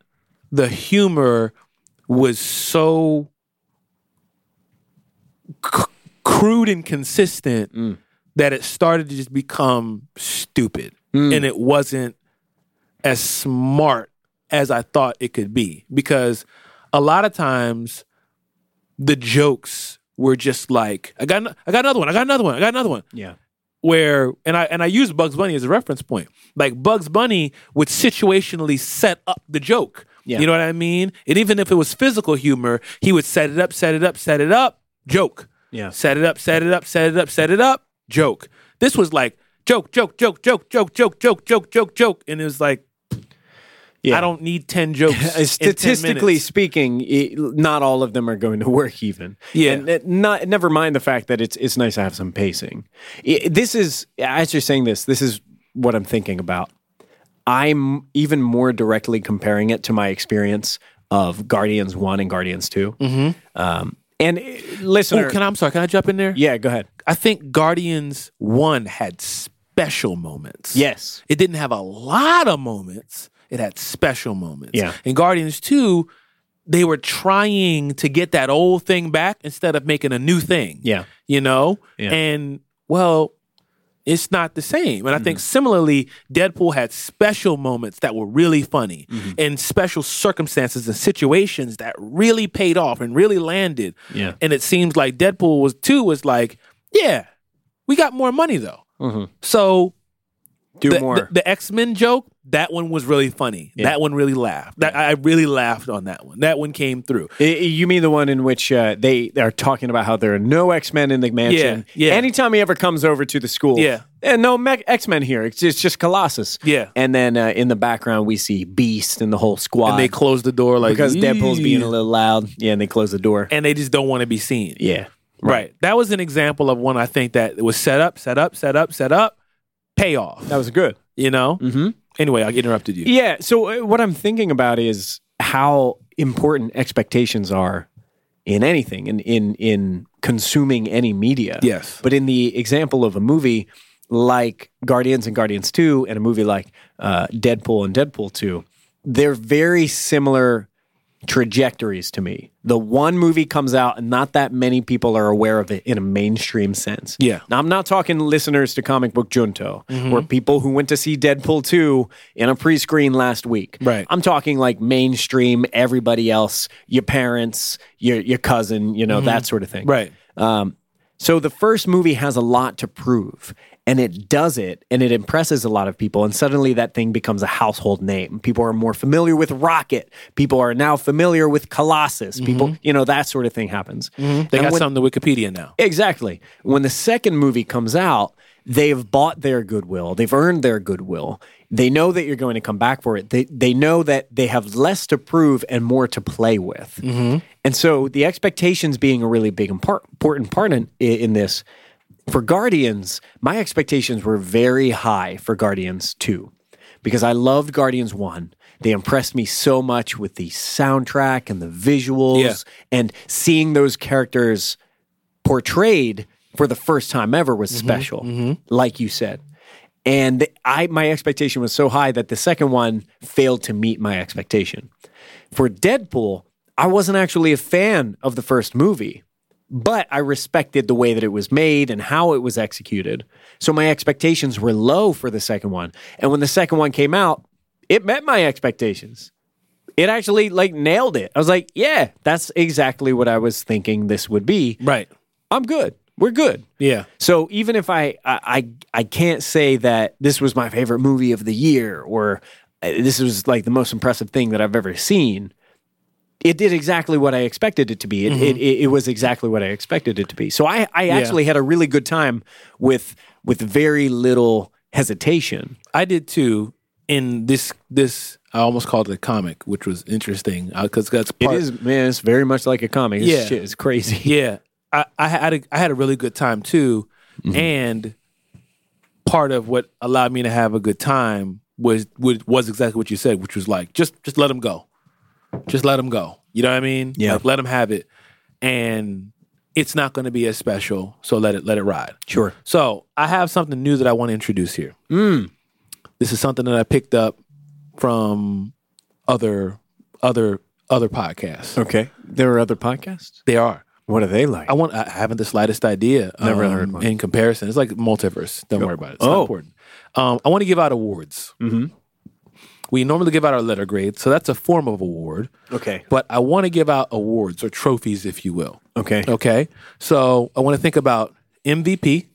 [SPEAKER 1] the humor was so c- crude and consistent that it started to just become stupid and it wasn't as smart as I thought it could be because a lot of times the jokes were just like I got an- I got another one I got another one I got another one
[SPEAKER 2] Yeah.
[SPEAKER 1] where and I and I use Bugs Bunny as a reference point. Like Bugs Bunny would situationally set up the joke.
[SPEAKER 2] Yeah.
[SPEAKER 1] You know what I mean? And even if it was physical humor, he would set it up, set it up, set it up, joke.
[SPEAKER 2] Yeah.
[SPEAKER 1] Set it up, set it up, set it up, set it up, joke. This was like joke, joke, joke, joke, joke, joke, joke, joke, joke, joke. And it was like
[SPEAKER 2] Yeah. (laughs) Uh,
[SPEAKER 1] I don't need ten jokes. in 10
[SPEAKER 2] Statistically
[SPEAKER 1] minutes.
[SPEAKER 2] speaking, i- not all of them are going to (laughs) work even.
[SPEAKER 1] Yeah.
[SPEAKER 2] And it- not never mind the fact that it's it's nice to have some pacing. I- this is as you're saying this, this is what I'm thinking about. I'm even more directly comparing it to my experience of Guardians One and Guardians 2 Um, and uh,
[SPEAKER 1] Ooh, Mm-hmm.
[SPEAKER 2] listener,
[SPEAKER 1] Oh, can I, I'm sorry, can I jump in there?
[SPEAKER 2] yeah, go ahead.
[SPEAKER 1] I think Guardians One had special moments.
[SPEAKER 2] Yes,
[SPEAKER 1] It didn't have a lot of moments. It had special moments.
[SPEAKER 2] Yeah.
[SPEAKER 1] And Guardians 2, they were trying to get that old thing back instead of making a new thing.
[SPEAKER 2] Yeah.
[SPEAKER 1] You know?
[SPEAKER 2] Yeah.
[SPEAKER 1] And well, it's not the same. And I
[SPEAKER 2] Mm-hmm.
[SPEAKER 1] think similarly, Deadpool had special moments that were really funny
[SPEAKER 2] Mm-hmm.
[SPEAKER 1] and special circumstances and situations that really paid off and really landed.
[SPEAKER 2] Yeah.
[SPEAKER 1] And it seems like Deadpool was too was like, yeah, we got more money though.
[SPEAKER 2] Mm-hmm.
[SPEAKER 1] So
[SPEAKER 2] do
[SPEAKER 1] the,
[SPEAKER 2] more.
[SPEAKER 1] The, the X Men joke, that one was really funny. That one really laughed. That I really laughed on that one. That one came through.
[SPEAKER 2] I- I- You mean the one in which uh, they are talking about how there are no X Men in the mansion?
[SPEAKER 1] Yeah, yeah.
[SPEAKER 2] Anytime he ever comes over to the school,
[SPEAKER 1] Yeah.
[SPEAKER 2] and no X Men here. It's just, it's just Colossus.
[SPEAKER 1] Yeah.
[SPEAKER 2] and then uh, in the background we see Beast and the whole squad.
[SPEAKER 1] And they closed the door like
[SPEAKER 2] because Deadpool's
[SPEAKER 1] "Eee,"
[SPEAKER 2] being a little loud. Yeah, and they close the door.
[SPEAKER 1] and they just don't want to be seen.
[SPEAKER 2] yeah,
[SPEAKER 1] Right. That was an example of one I think that was set up, set up, set up, set up, payoff.
[SPEAKER 2] that was good.
[SPEAKER 1] You know. Mm-hmm. Anyway, I interrupted you.
[SPEAKER 2] Yeah. So uh, what I'm thinking about is how important expectations are in anything, in in in consuming any media.
[SPEAKER 1] Yes.
[SPEAKER 2] But in the example of a movie like Guardians and Guardians Two, and a movie like uh, Deadpool and Deadpool Two, they're very similar trajectories to me. The one movie comes out and not that many people are aware of it in a mainstream sense.
[SPEAKER 1] Yeah. Mm-hmm.
[SPEAKER 2] Now I'm not talking listeners to Comic Book Junto or people who went to see Deadpool 2 in a pre-screen last week.
[SPEAKER 1] Right.
[SPEAKER 2] I'm talking like mainstream everybody else, your parents, your your cousin, you know,
[SPEAKER 1] Mm-hmm.
[SPEAKER 2] that sort of thing.
[SPEAKER 1] Right.
[SPEAKER 2] Um, so the first movie has a lot to prove, and it does it, and it impresses a lot of people, and suddenly that thing becomes a household name. People are more familiar with Rocket. People are now familiar with Colossus. People, you know, that sort of thing happens.
[SPEAKER 1] They
[SPEAKER 2] And
[SPEAKER 1] got
[SPEAKER 2] when-
[SPEAKER 1] something to Wikipedia now.
[SPEAKER 2] Exactly. When the second movie comes out, they've bought their goodwill. They've earned their goodwill. They know that you're going to come back for it. They they know that they have less to prove and more to play with. And so the expectations being a really big impar- important part in, in this. For Guardians, my expectations were very high for Guardians 2 because I loved Guardians 1. They impressed me so much with the soundtrack and the visuals
[SPEAKER 1] Yeah.
[SPEAKER 2] and seeing those characters portrayed for the first time ever was special, like you said. And th- I, my expectation was so high that the second one failed to meet my expectation. For Deadpool, I wasn't actually a fan of the first movie, but I respected the way that it was made and how it was executed. So my expectations were low for the second one. And when the second one came out, it met my expectations it actually like nailed it. I was like, yeah, that's exactly what I was thinking this would be.
[SPEAKER 1] Right.
[SPEAKER 2] I'm good. We're good.
[SPEAKER 1] Yeah.
[SPEAKER 2] So even if I I I, I can't say that this was my favorite movie of the year or uh, this was like the most impressive thing that I've ever seen. It did exactly what I expected it to be. It, it, it, it was exactly what I expected it to be. So I, I actually had a really good time with with very little hesitation.
[SPEAKER 1] I did too. In this this I almost called it a comic, which was interesting because that's
[SPEAKER 2] It
[SPEAKER 1] part
[SPEAKER 2] is man, it's very much like a comic. This
[SPEAKER 1] Yeah.
[SPEAKER 2] shit is crazy.
[SPEAKER 1] Yeah, I, I had a, I had a really good time too, and part of what allowed me to have a good time was was, was exactly what you said, which was like just just let them go, just let them go. You know what I mean?
[SPEAKER 2] Yeah.
[SPEAKER 1] Like, let them have it, and it's not going to be as special, so let it let it ride.
[SPEAKER 2] (laughs) Sure.
[SPEAKER 1] So I have something new that I want to introduce here. This is something that I picked up from other other other podcasts.
[SPEAKER 2] Okay. There are other podcasts?
[SPEAKER 1] They are.
[SPEAKER 2] What are they like?
[SPEAKER 1] I want. I haven't the slightest idea.
[SPEAKER 2] Never
[SPEAKER 1] um,
[SPEAKER 2] heard one.
[SPEAKER 1] In comparison, it's like multiverse. Don't worry about it. It's not
[SPEAKER 2] Oh. Mm-hmm.
[SPEAKER 1] important. Um, I want to give out awards. We normally give out our letter grade, so that's a form of award.
[SPEAKER 2] Okay.
[SPEAKER 1] But I want to give out awards or trophies, if you will.
[SPEAKER 2] Okay.
[SPEAKER 1] Okay. So I want to think about MVP,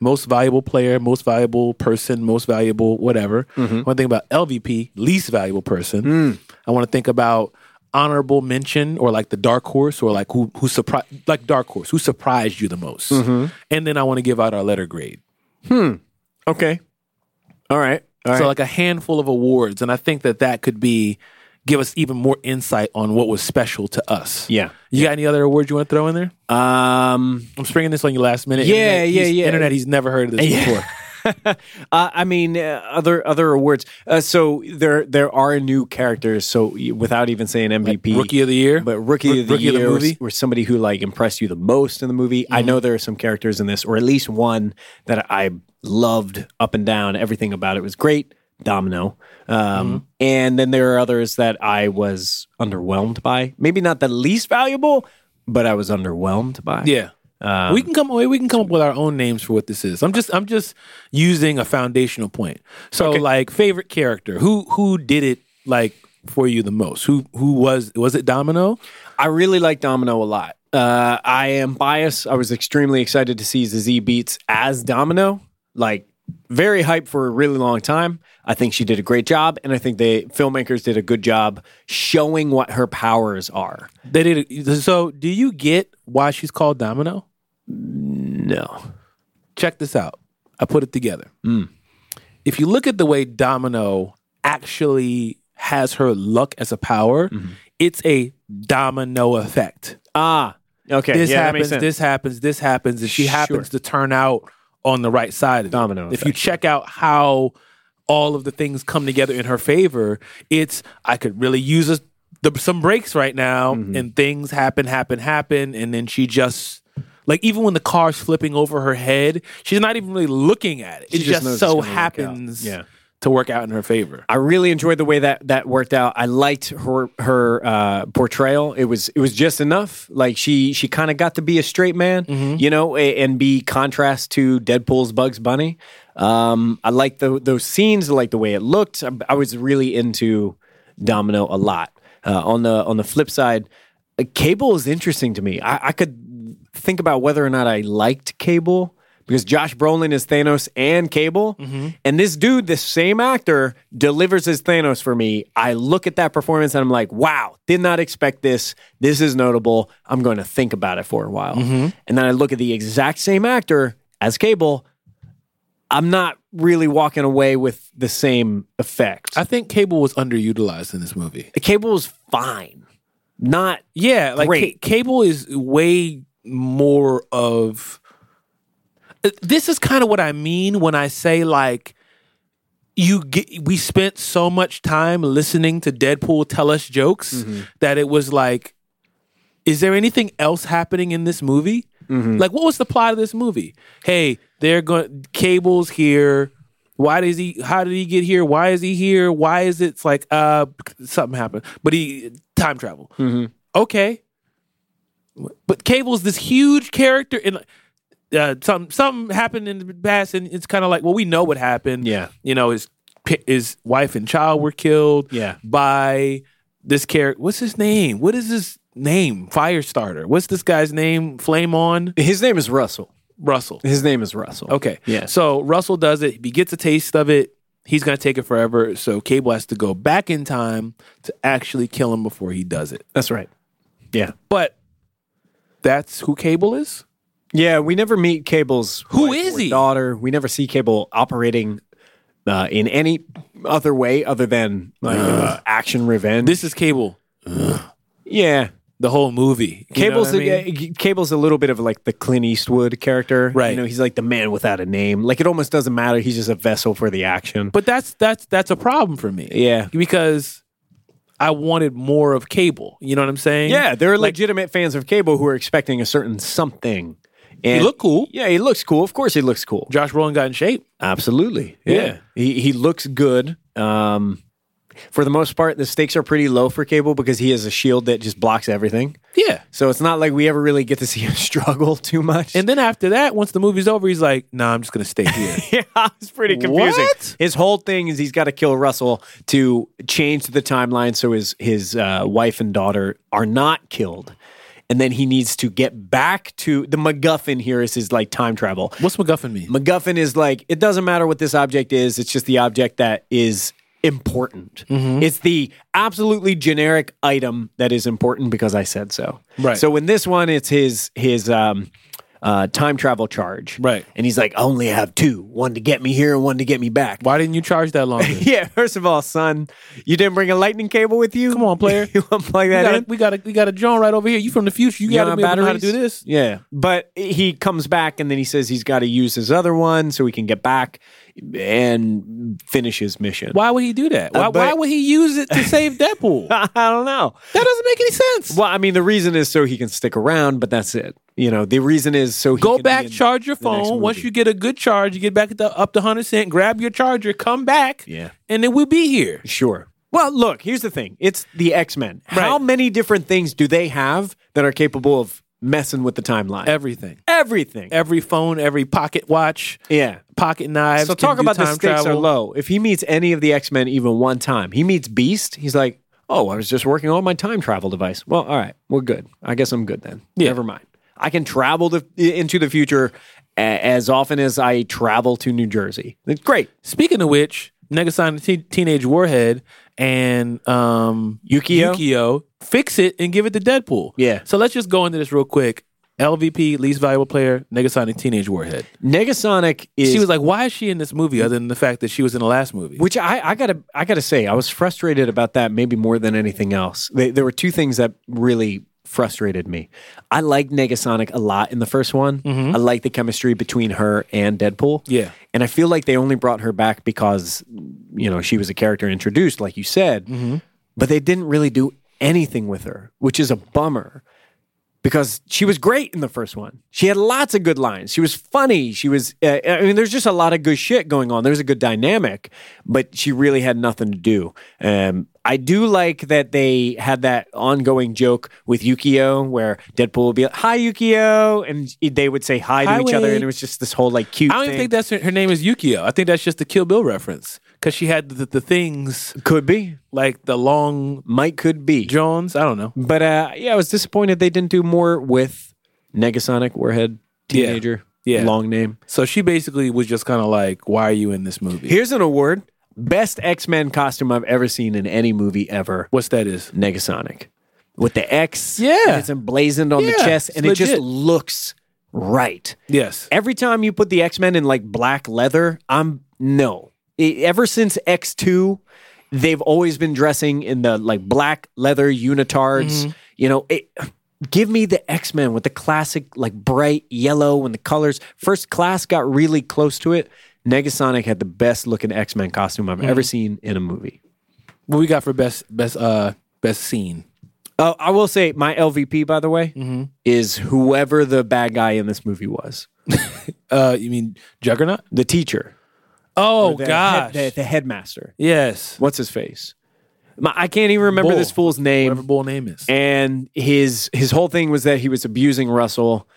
[SPEAKER 1] most valuable player, most valuable person, most valuable whatever.
[SPEAKER 2] Mm-hmm.
[SPEAKER 1] I want to think about LVP, least valuable person.
[SPEAKER 2] Mm.
[SPEAKER 1] I want to think about honorable mention or like the dark horse or like who who surprised like dark horse who surprised you the most.
[SPEAKER 2] Mm-hmm.
[SPEAKER 1] And then I want to give out our letter grade.
[SPEAKER 2] Okay. All right. All right.
[SPEAKER 1] So like a handful of awards and I think that that could be give us even more insight on what was special to us.
[SPEAKER 2] yeah.
[SPEAKER 1] You got any other awards you want to throw in there?
[SPEAKER 2] Um.
[SPEAKER 1] I'm springing this on you last minute.
[SPEAKER 2] Yeah,
[SPEAKER 1] Internet,
[SPEAKER 2] yeah,
[SPEAKER 1] he's-
[SPEAKER 2] yeah.
[SPEAKER 1] Internet, he's never heard of this
[SPEAKER 2] (laughs) Yeah.
[SPEAKER 1] before.
[SPEAKER 2] Uh, I mean, uh, other other awards. Uh, so there there are new characters. So y- without even saying MVP,
[SPEAKER 1] Rookie of the year,
[SPEAKER 2] but rookie
[SPEAKER 1] Rook-
[SPEAKER 2] of the
[SPEAKER 1] rookie of the
[SPEAKER 2] year, was-
[SPEAKER 1] movie? Mm-hmm.
[SPEAKER 2] was somebody who like impressed you the most in the movie. I know there are some characters in this, or at least one that I loved up and down. Everything about it was great. Domino,
[SPEAKER 1] Mm-hmm.
[SPEAKER 2] um, and then there are others that I was underwhelmed by. Maybe not the least valuable, but I was underwhelmed by.
[SPEAKER 1] yeah. we can come away. We can come up with our own names for what this is. I'm just I'm just using a foundational point. So like favorite character, who who did it like for you the most? Who who was was it Domino?
[SPEAKER 2] I really like Domino a lot. Uh, I am biased. I was extremely excited to see Zazie Beats as Domino. Like, very hyped for a really long time. I think she did a great job, and I think the filmmakers did a good job showing what her powers are.
[SPEAKER 1] They did. It. So do you get why she's called Domino?
[SPEAKER 2] No.
[SPEAKER 1] check this out. I put it together. If you look at the way Domino actually has her luck as a power, it's a domino effect.
[SPEAKER 2] Ah, okay.
[SPEAKER 1] This
[SPEAKER 2] yeah, that makes
[SPEAKER 1] happens,
[SPEAKER 2] sense.
[SPEAKER 1] this happens, this happens, and she
[SPEAKER 2] Sure.
[SPEAKER 1] happens to turn out on the right side of
[SPEAKER 2] Domino
[SPEAKER 1] It. If
[SPEAKER 2] effect.
[SPEAKER 1] you check out how all of the things come together in her favor, it's I could really use a, the, some breaks right now,
[SPEAKER 2] Mm-hmm.
[SPEAKER 1] and things happen, happen, happen, and then she just. Like even when the car's flipping over her head, she's not even really looking at it. It
[SPEAKER 2] She just
[SPEAKER 1] just,
[SPEAKER 2] knows it's
[SPEAKER 1] so
[SPEAKER 2] gonna work out.
[SPEAKER 1] happens
[SPEAKER 2] Yeah.
[SPEAKER 1] to work out in her favor.
[SPEAKER 2] I really enjoyed the way that that worked out. I liked her her uh, portrayal. It was it was just enough. Like she she kind of got to be a straight man, you know, a- and be contrast to Deadpool's Bugs Bunny. Um, I liked the, those scenes. I liked the way it looked. I, I was really into Domino a lot. Uh, on the on the flip side, uh, Cable is interesting to me. I, I could think about whether or not I liked Cable because Josh Brolin is Thanos and Cable,
[SPEAKER 1] Mm-hmm.
[SPEAKER 2] and this dude, this same actor, delivers as Thanos for me. I look at that performance and I'm like, wow, did not expect this. This is notable. I'm going to think about it for a while,
[SPEAKER 1] Mm-hmm.
[SPEAKER 2] and then I look at the exact same actor as Cable. I'm not really walking away with the same effect.
[SPEAKER 1] I think Cable was underutilized in this movie.
[SPEAKER 2] Cable was fine, not
[SPEAKER 1] Yeah, like
[SPEAKER 2] Great.
[SPEAKER 1] ca- cable is way more of. uh, This is kind of what I mean when I say like you get we spent so much time listening to Deadpool tell us jokes that it was like is there anything else happening in this movie? Like what was the plot of this movie? Hey, they're going cables here. Why does he how did he get here? Why is he here? Why is it it's like uh something happened. But he time travel. Okay. But Cable's this huge character and uh, some something happened in the past, and it's kind of like, well, we know what happened.
[SPEAKER 2] Yeah.
[SPEAKER 1] you know, his pi- his wife and child were killed.
[SPEAKER 2] Yeah.
[SPEAKER 1] by this character. What's his name? What is his name? Firestarter. What's this guy's name? Flame on
[SPEAKER 2] His name is Russell.
[SPEAKER 1] Russell.
[SPEAKER 2] His name is Russell.
[SPEAKER 1] Okay.
[SPEAKER 2] Yeah.
[SPEAKER 1] So Russell does it. He gets a taste of it. He's gonna take it forever. So Cable has to go back in time to actually kill him before he does it.
[SPEAKER 2] That's right. Yeah.
[SPEAKER 1] But that's who Cable is.
[SPEAKER 2] Yeah, we never meet Cable's
[SPEAKER 1] Who
[SPEAKER 2] wife
[SPEAKER 1] is
[SPEAKER 2] or
[SPEAKER 1] he?
[SPEAKER 2] daughter. We never see Cable operating uh, in any other way other than like uh, action revenge.
[SPEAKER 1] This is Cable.
[SPEAKER 2] yeah.
[SPEAKER 1] The whole movie. You know
[SPEAKER 2] Cable's
[SPEAKER 1] what I mean?
[SPEAKER 2] uh, Cable's a little bit of like the Clint Eastwood character.
[SPEAKER 1] Right.
[SPEAKER 2] You know, he's like the man without a name. Like it almost doesn't matter. He's just a vessel for the action.
[SPEAKER 1] But that's that's that's a problem for me.
[SPEAKER 2] Yeah.
[SPEAKER 1] Because I wanted more of cable. You know what I'm saying?
[SPEAKER 2] Yeah, there are legitimate fans of Cable who are expecting a certain something. And
[SPEAKER 1] He looked cool.
[SPEAKER 2] Yeah, he looks cool. Of course he looks cool.
[SPEAKER 1] Josh Brolin got in shape.
[SPEAKER 2] Absolutely.
[SPEAKER 1] Yeah.
[SPEAKER 2] He he looks good. Um for the most part, the stakes are pretty low for Cable because he has a shield that just blocks everything.
[SPEAKER 1] Yeah.
[SPEAKER 2] So it's not like we ever really get to see (laughs) him struggle too much.
[SPEAKER 1] And then after that, once the movie's over, he's like, "Nah, I'm just gonna stay here."
[SPEAKER 2] (laughs) yeah, it's pretty confusing.
[SPEAKER 1] What?
[SPEAKER 2] His whole thing is he's got to kill Russell to change the timeline so his his uh, wife and daughter are not killed, and then he needs to get back to the MacGuffin. Here is his like time travel.
[SPEAKER 1] What's MacGuffin
[SPEAKER 2] (laughs)
[SPEAKER 1] mean?
[SPEAKER 2] MacGuffin is like it doesn't matter what this object is; it's just the object that is important.
[SPEAKER 1] Mm-hmm.
[SPEAKER 2] It's the absolutely generic item that is important because I said so.
[SPEAKER 1] Right.
[SPEAKER 2] So in this one, it's his his um, uh, time travel charge.
[SPEAKER 1] Right.
[SPEAKER 2] And he's like, I only have two: one to get me here and one to get me back.
[SPEAKER 1] Why didn't you charge that longer? you
[SPEAKER 2] (laughs) Yeah. First of all, son, you didn't bring a lightning cable with you.
[SPEAKER 1] Come on, player.
[SPEAKER 2] (laughs) you want to plug that
[SPEAKER 1] gotta,
[SPEAKER 2] in?
[SPEAKER 1] we got a we got a John right over here. You from the future? You, gotta
[SPEAKER 2] on
[SPEAKER 1] be able to know how to do
[SPEAKER 2] batteries?
[SPEAKER 1] this.
[SPEAKER 2] Yeah. But he comes back and then he says he's got to use his other one so he can get back and finish his mission.
[SPEAKER 1] Why (laughs) would he do that? Why,
[SPEAKER 2] but-
[SPEAKER 1] why would he use it to
[SPEAKER 2] (laughs)
[SPEAKER 1] save Deadpool? that
[SPEAKER 2] I don't know.
[SPEAKER 1] doesn't make any sense.
[SPEAKER 2] Well, I mean, the reason is so he can stick around, but that's it. You know, the reason is so he
[SPEAKER 1] Go
[SPEAKER 2] can be
[SPEAKER 1] back,
[SPEAKER 2] in
[SPEAKER 1] charge your
[SPEAKER 2] the next
[SPEAKER 1] phone. Once
[SPEAKER 2] movie.
[SPEAKER 1] you get a good charge, you get back at the, up to hundred cent. Grab your charger, come back,
[SPEAKER 2] Yeah.
[SPEAKER 1] and then we'll be here.
[SPEAKER 2] Sure. Well, look, here's the thing. It's the X-Men. How
[SPEAKER 1] Right.
[SPEAKER 2] many different things do they have that are capable of messing with the timeline?
[SPEAKER 1] Everything,
[SPEAKER 2] Everything.
[SPEAKER 1] every phone, every pocket watch,
[SPEAKER 2] yeah.
[SPEAKER 1] pocket knives.
[SPEAKER 2] So
[SPEAKER 1] can
[SPEAKER 2] talk
[SPEAKER 1] do
[SPEAKER 2] about the
[SPEAKER 1] time
[SPEAKER 2] stakes are
[SPEAKER 1] travel.
[SPEAKER 2] low. If he meets any of the X-Men even one time, he meets Beast, he's like, "Oh, I was just working on my time travel device." Well, all right. We're good. I guess I'm good then. Never mind. I can travel the, into the future a- as often as I travel to New Jersey. That's great.
[SPEAKER 1] Speaking of which, Negasonic Teen Teenage Warhead and um,
[SPEAKER 2] Yukio?
[SPEAKER 1] Yukio fix it and give it to Deadpool.
[SPEAKER 2] Yeah.
[SPEAKER 1] So let's just go into this real quick. LVP, least valuable player, Negasonic Teenage Warhead.
[SPEAKER 2] Negasonic is
[SPEAKER 1] She was like, why is she in this movie other than the fact that she was in the last movie?
[SPEAKER 2] Which I, I gotta I gotta say, I was frustrated about that maybe more than anything else. They, there were two things that really frustrated me. I liked Negasonic a lot in the first one. I like the chemistry between her and Deadpool.
[SPEAKER 1] Yeah.
[SPEAKER 2] And I feel like they only brought her back because, you know, she was a character introduced, like you said. But they didn't really do anything with her, which is a bummer because she was great in the first one. She had lots of good lines. She was funny. She was, uh, I mean, there's just a lot of good shit going on. There's a good dynamic, but she really had nothing to do. Um, I do like that they had that ongoing joke with Yukio where Deadpool would be like, hi, Yukio. And they would say hi to
[SPEAKER 1] Hi,
[SPEAKER 2] each other. And
[SPEAKER 1] Wade.
[SPEAKER 2] it was just this whole like cute
[SPEAKER 1] I don't even
[SPEAKER 2] thing.
[SPEAKER 1] think that's her, her name is Yukio. I think that's just the Kill Bill reference because she had the, the things
[SPEAKER 2] could be.
[SPEAKER 1] like the long
[SPEAKER 2] Might could be.
[SPEAKER 1] Jones. I don't know.
[SPEAKER 2] But uh, yeah, I was disappointed they didn't do more with Negasonic Warhead
[SPEAKER 1] Yeah.
[SPEAKER 2] Teenager.
[SPEAKER 1] Yeah.
[SPEAKER 2] Long name.
[SPEAKER 1] So she basically was just kind of like, why are you in this movie?
[SPEAKER 2] Here's an award. Best X-Men costume I've ever seen in any movie ever.
[SPEAKER 1] What's that is?
[SPEAKER 2] Negasonic. With the X.
[SPEAKER 1] Yeah.
[SPEAKER 2] and it's emblazoned on the
[SPEAKER 1] Yeah,
[SPEAKER 2] chest
[SPEAKER 1] it's
[SPEAKER 2] and it just
[SPEAKER 1] legit.
[SPEAKER 2] looks right.
[SPEAKER 1] Yes.
[SPEAKER 2] Every time you put the X-Men in like black leather, I'm no. E- ever since X2, they've always been dressing in the like black leather unitards. You know, it Give me the X Men with the classic, like bright yellow and the colors. First Class got really close to it. Negasonic had the best looking X Men costume I've ever seen in a movie.
[SPEAKER 1] What we got for best best uh best scene?
[SPEAKER 2] Oh, I will say my LVP, by the way, is whoever the bad guy in this movie was
[SPEAKER 1] Uh, you mean Juggernaut?
[SPEAKER 2] the teacher.
[SPEAKER 1] Oh
[SPEAKER 2] the
[SPEAKER 1] gosh,
[SPEAKER 2] head- the, the headmaster.
[SPEAKER 1] yes.
[SPEAKER 2] What's his face? My, I can't even remember
[SPEAKER 1] Bull.
[SPEAKER 2] this fool's name.
[SPEAKER 1] Whatever bull name is.
[SPEAKER 2] And his his whole thing was that he was abusing Russell.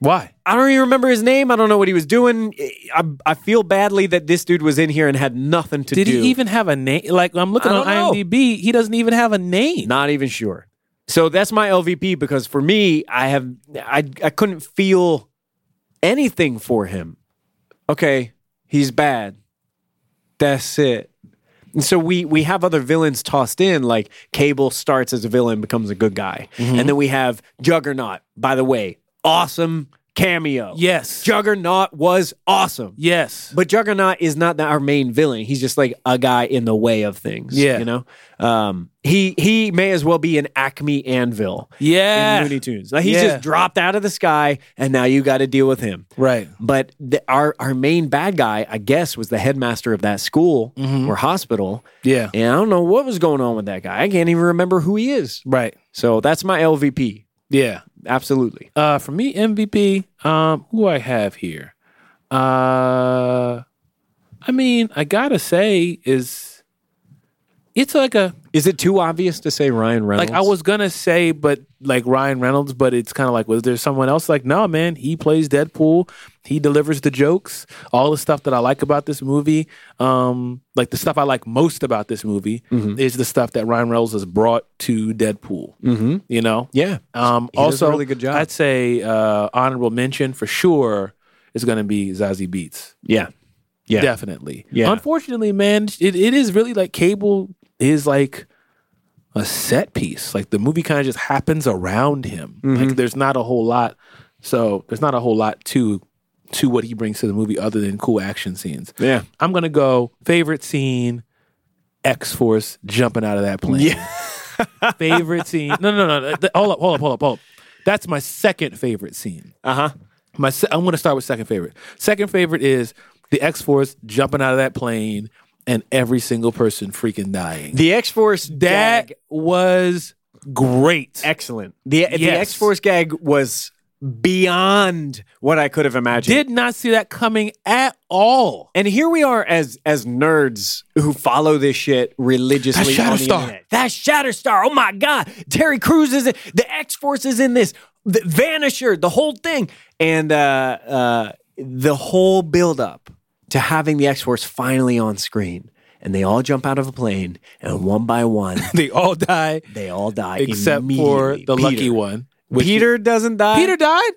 [SPEAKER 1] Why?
[SPEAKER 2] I don't even remember his name. I don't know what he was doing. I, I feel badly that this dude was in here and had nothing to
[SPEAKER 1] Did
[SPEAKER 2] do.
[SPEAKER 1] he even have a name? Like I'm looking
[SPEAKER 2] I
[SPEAKER 1] on
[SPEAKER 2] don't know.
[SPEAKER 1] IMDb, he doesn't even have a name.
[SPEAKER 2] Not even sure. So that's my LVP because for me, I have I I couldn't feel anything for him. Okay, he's bad. That's it. And so we we have other villains tossed in, like Cable starts as a villain, becomes a good guy, and then we have Juggernaut. By the way, awesome cameo.
[SPEAKER 1] Yes.
[SPEAKER 2] Juggernaut was awesome.
[SPEAKER 1] yes.
[SPEAKER 2] But Juggernaut is not the- our main villain. He's just like a guy in the way of things.
[SPEAKER 1] Yeah.
[SPEAKER 2] you know, um, he he may as well be an Acme Anvil.
[SPEAKER 1] Yeah.
[SPEAKER 2] in Looney Tunes. Like he's
[SPEAKER 1] Yeah.
[SPEAKER 2] just dropped out of the sky, and now you got to deal with him.
[SPEAKER 1] right.
[SPEAKER 2] But the, our our main bad guy, I guess, was the headmaster of that school or hospital.
[SPEAKER 1] Mm-hmm. Yeah.
[SPEAKER 2] And I don't know what was going on with that guy. I can't even remember who he is.
[SPEAKER 1] Right.
[SPEAKER 2] So that's my LVP.
[SPEAKER 1] Yeah.
[SPEAKER 2] Absolutely.
[SPEAKER 1] Uh, for me, MVP. Um, who I have here? Uh, I mean, I gotta say is it's like a
[SPEAKER 2] Is it too obvious to say Ryan Reynolds?
[SPEAKER 1] like I was gonna say, but like Ryan Reynolds, but it's kind of like was there someone else? Like, no, man, he plays Deadpool. He delivers the jokes, all the stuff that I like about this movie. Um, like the stuff I like most about this movie is the stuff that Ryan Reynolds has brought to Deadpool. Mm-hmm. You know,
[SPEAKER 2] Yeah.
[SPEAKER 1] Um,
[SPEAKER 2] does a
[SPEAKER 1] also,
[SPEAKER 2] really good job.
[SPEAKER 1] I'd say uh, honorable mention for sure is going to be Zazie Beats.
[SPEAKER 2] Yeah. Yeah.
[SPEAKER 1] Definitely.
[SPEAKER 2] Yeah.
[SPEAKER 1] Unfortunately, man, it, it is really like cable is like a set piece. Like the movie kind of just happens around him.
[SPEAKER 2] Mm-hmm.
[SPEAKER 1] Like there's not a whole lot. So there's not a whole lot to to what he brings to the movie other than cool action scenes.
[SPEAKER 2] Yeah.
[SPEAKER 1] I'm gonna go favorite scene, X Force jumping out of that plane. (laughs) favorite scene. No, no, no, no. Th- Hold up, hold up, hold up, hold up. That's my second favorite scene.
[SPEAKER 2] Uh huh.
[SPEAKER 1] My se- I'm going to start with second favorite. Second favorite is the X Force jumping out of that plane and every single person freaking dying.
[SPEAKER 2] The X Force
[SPEAKER 1] That
[SPEAKER 2] gag,
[SPEAKER 1] was great.
[SPEAKER 2] excellent. The the
[SPEAKER 1] Yes.
[SPEAKER 2] X Force gag was beyond what I could have imagined.
[SPEAKER 1] Did not see that coming at all.
[SPEAKER 2] and here we are as as nerds who follow this shit religiously.
[SPEAKER 1] That's
[SPEAKER 2] on the
[SPEAKER 1] Shatterstar.
[SPEAKER 2] internet. That's Shatterstar. Oh my god, Terry Crews is in, the X Force is in this. The Vanisher, the whole thing, and uh, uh, the whole build up to having the X Force finally on screen, and they all jump out of a plane, and one by one,
[SPEAKER 1] They all die
[SPEAKER 2] they all die
[SPEAKER 1] (laughs) except for
[SPEAKER 2] immediately.
[SPEAKER 1] the lucky
[SPEAKER 2] Peter.
[SPEAKER 1] one. which-
[SPEAKER 2] Peter doesn't die.
[SPEAKER 1] Peter died.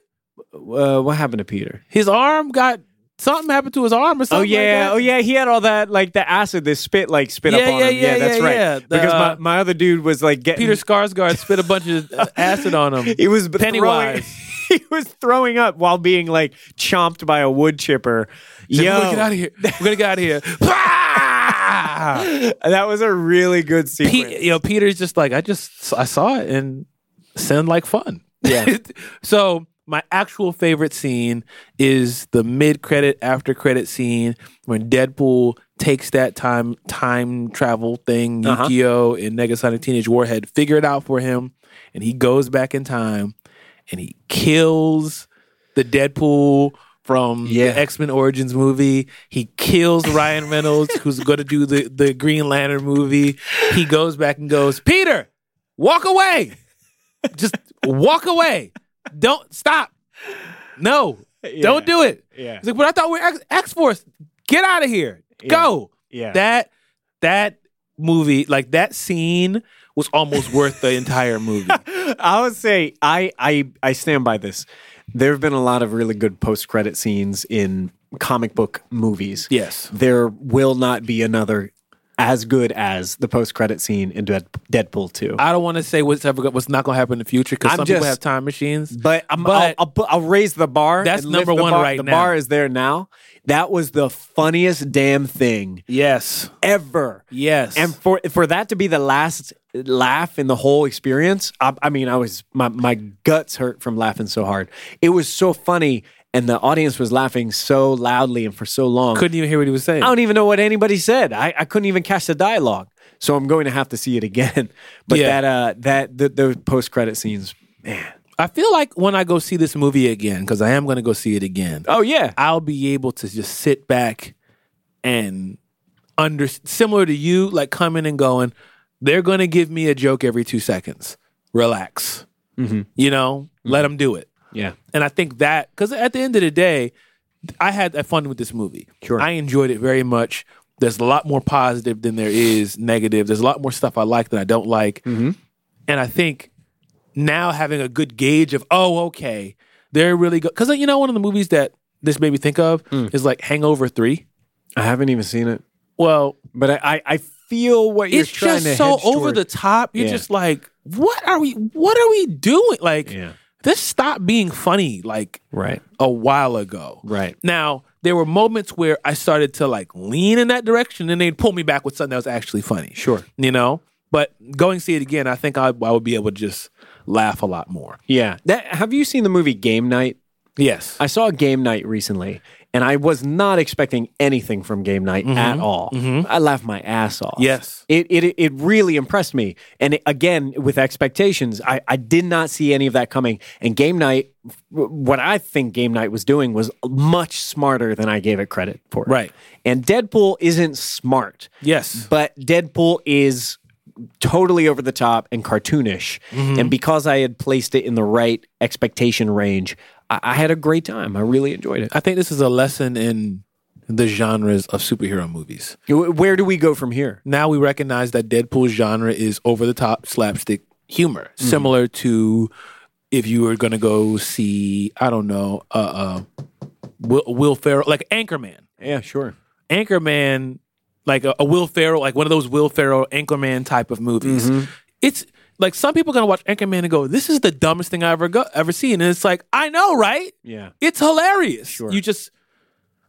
[SPEAKER 2] uh, what happened to Peter?
[SPEAKER 1] His arm got something happened to his arm or
[SPEAKER 2] Oh
[SPEAKER 1] something. like
[SPEAKER 2] yeah,
[SPEAKER 1] that.
[SPEAKER 2] oh yeah. He had all that like the acid, the spit, like spit
[SPEAKER 1] Yeah,
[SPEAKER 2] up on
[SPEAKER 1] yeah,
[SPEAKER 2] him. Yeah,
[SPEAKER 1] yeah,
[SPEAKER 2] that's
[SPEAKER 1] yeah,
[SPEAKER 2] right.
[SPEAKER 1] yeah. The,
[SPEAKER 2] because
[SPEAKER 1] uh,
[SPEAKER 2] my, my other dude was like getting.
[SPEAKER 1] Peter Skarsgård spit a bunch of uh, acid on him.
[SPEAKER 2] (laughs) he was throwing-
[SPEAKER 1] Pennywise.
[SPEAKER 2] (laughs) he was throwing up while being like chomped by a wood chipper.
[SPEAKER 1] Said,
[SPEAKER 2] Yo,
[SPEAKER 1] "We're gonna get out of here. We're gonna get out of here. (laughs) Ah!
[SPEAKER 2] (laughs) that was a really good sequence.
[SPEAKER 1] (laughs) Pe- you know, Peter's just like I just I saw it and sounded like fun.
[SPEAKER 2] Yeah.
[SPEAKER 1] (laughs) so my actual favorite scene is the mid credit after credit scene when Deadpool takes that time time travel thing
[SPEAKER 2] Uh-huh.
[SPEAKER 1] Yukio and Negasonic Teenage Warhead figure it out for him, and he goes back in time and he kills the Deadpool from
[SPEAKER 2] Yeah.
[SPEAKER 1] the X Men Origins movie. He kills Ryan Reynolds, who's going to do the, the Green Lantern movie. He goes back and goes, Peter, walk away. Just walk away. Don't stop. No, don't do it.
[SPEAKER 2] Yeah.
[SPEAKER 1] He's like, but I thought we are X Force. Get out of here. Go.
[SPEAKER 2] Yeah.
[SPEAKER 1] That that movie, like that scene, was almost worth the entire
[SPEAKER 2] (laughs)
[SPEAKER 1] movie.
[SPEAKER 2] I would say I I I stand by this. There have been a lot of really good post credit scenes in comic book movies.
[SPEAKER 1] Yes.
[SPEAKER 2] There will not be another as good as the post credit scene in Dead- Deadpool 2.
[SPEAKER 1] I don't want to say what's ever go- what's not going to happen in the future because
[SPEAKER 2] I'm
[SPEAKER 1] some people
[SPEAKER 2] just-
[SPEAKER 1] have time machines.
[SPEAKER 2] but I'm,
[SPEAKER 1] but-
[SPEAKER 2] I'll, I'll, put- I'll raise the bar.
[SPEAKER 1] That's
[SPEAKER 2] and lift
[SPEAKER 1] number
[SPEAKER 2] the
[SPEAKER 1] one
[SPEAKER 2] bar.
[SPEAKER 1] right
[SPEAKER 2] the
[SPEAKER 1] now.
[SPEAKER 2] bar is there now. That was the funniest damn thing
[SPEAKER 1] yes,
[SPEAKER 2] ever.
[SPEAKER 1] yes,
[SPEAKER 2] And for for that to be the last laugh in the whole experience, I, I mean, I was my my guts hurt from laughing so hard. It was so funny, and the audience was laughing so loudly and for so long.
[SPEAKER 1] couldn't even hear what he was saying.
[SPEAKER 2] I don't even know what anybody said. I, I couldn't even catch the dialogue, so I'm going to have to see it again. (laughs) But
[SPEAKER 1] Yeah.
[SPEAKER 2] that uh that the, those post credit scenes, man.
[SPEAKER 1] I feel like when I go see this movie again, because I am going to go see it again,
[SPEAKER 2] Oh yeah,
[SPEAKER 1] I'll be able to just sit back and under similar to you, like coming and going. They're going to give me a joke every two seconds. Relax, you know. Let them do it.
[SPEAKER 2] yeah,
[SPEAKER 1] And I think that because at the end of the day, I had that fun with this movie.
[SPEAKER 2] Sure.
[SPEAKER 1] I enjoyed it very much. There's a lot more positive than there is negative. There's a lot more stuff I like than I don't like.
[SPEAKER 2] Mm-hmm.
[SPEAKER 1] And I think now having a good gauge of oh okay, they're really good because you know one of the movies that this made me think of
[SPEAKER 2] Mm.
[SPEAKER 1] is like Hangover Three.
[SPEAKER 2] I haven't even seen it,
[SPEAKER 1] Well,
[SPEAKER 2] but I I, I feel what you're
[SPEAKER 1] it's
[SPEAKER 2] trying to
[SPEAKER 1] just so
[SPEAKER 2] hedge
[SPEAKER 1] over the
[SPEAKER 2] toward.
[SPEAKER 1] top. You're
[SPEAKER 2] Yeah.
[SPEAKER 1] just like, what are we? What are we doing? Like,
[SPEAKER 2] Yeah.
[SPEAKER 1] this stopped being funny. Like,
[SPEAKER 2] right.
[SPEAKER 1] a while ago.
[SPEAKER 2] Right.
[SPEAKER 1] Now, there were moments where I started to like lean in that direction and they'd pull me back with something that was actually funny.
[SPEAKER 2] Sure.
[SPEAKER 1] You know? But going see it again, I think I, I would be able to just laugh a lot more.
[SPEAKER 2] Yeah. That, have you seen the movie Game Night?
[SPEAKER 1] Yes.
[SPEAKER 2] I saw Game Night recently, and I was not expecting anything from game night at all. I laughed my ass off.
[SPEAKER 1] Mm-hmm. Yes.
[SPEAKER 2] It, it it really impressed me. And it- again, with expectations, I, I did not see any of that coming. And game night, w- what I think game night was doing was much smarter than I gave it credit for.
[SPEAKER 1] Right.
[SPEAKER 2] And Deadpool isn't smart.
[SPEAKER 1] Yes.
[SPEAKER 2] But Deadpool is totally over the top and cartoonish. And because I had placed it in the right expectation range, I, I had a great time. I really enjoyed it.
[SPEAKER 1] I think this is a lesson in the genres of superhero movies.
[SPEAKER 2] W- Where do we go from here?
[SPEAKER 1] Now we recognize that Deadpool's genre is over the top slapstick humor, similar to if you were going to go see, I don't know, uh, uh, Will, Will Ferrell, like Anchorman.
[SPEAKER 2] Yeah, sure.
[SPEAKER 1] Anchorman, like a, a Will Ferrell, like one of those Will Ferrell Anchorman type of movies.
[SPEAKER 2] Mm-hmm.
[SPEAKER 1] It's like some people are gonna watch Anchorman and go, "This is the dumbest thing I ever go ever seen," and it's like, I know, right?
[SPEAKER 2] Yeah.
[SPEAKER 1] It's hilarious.
[SPEAKER 2] Sure.
[SPEAKER 1] You just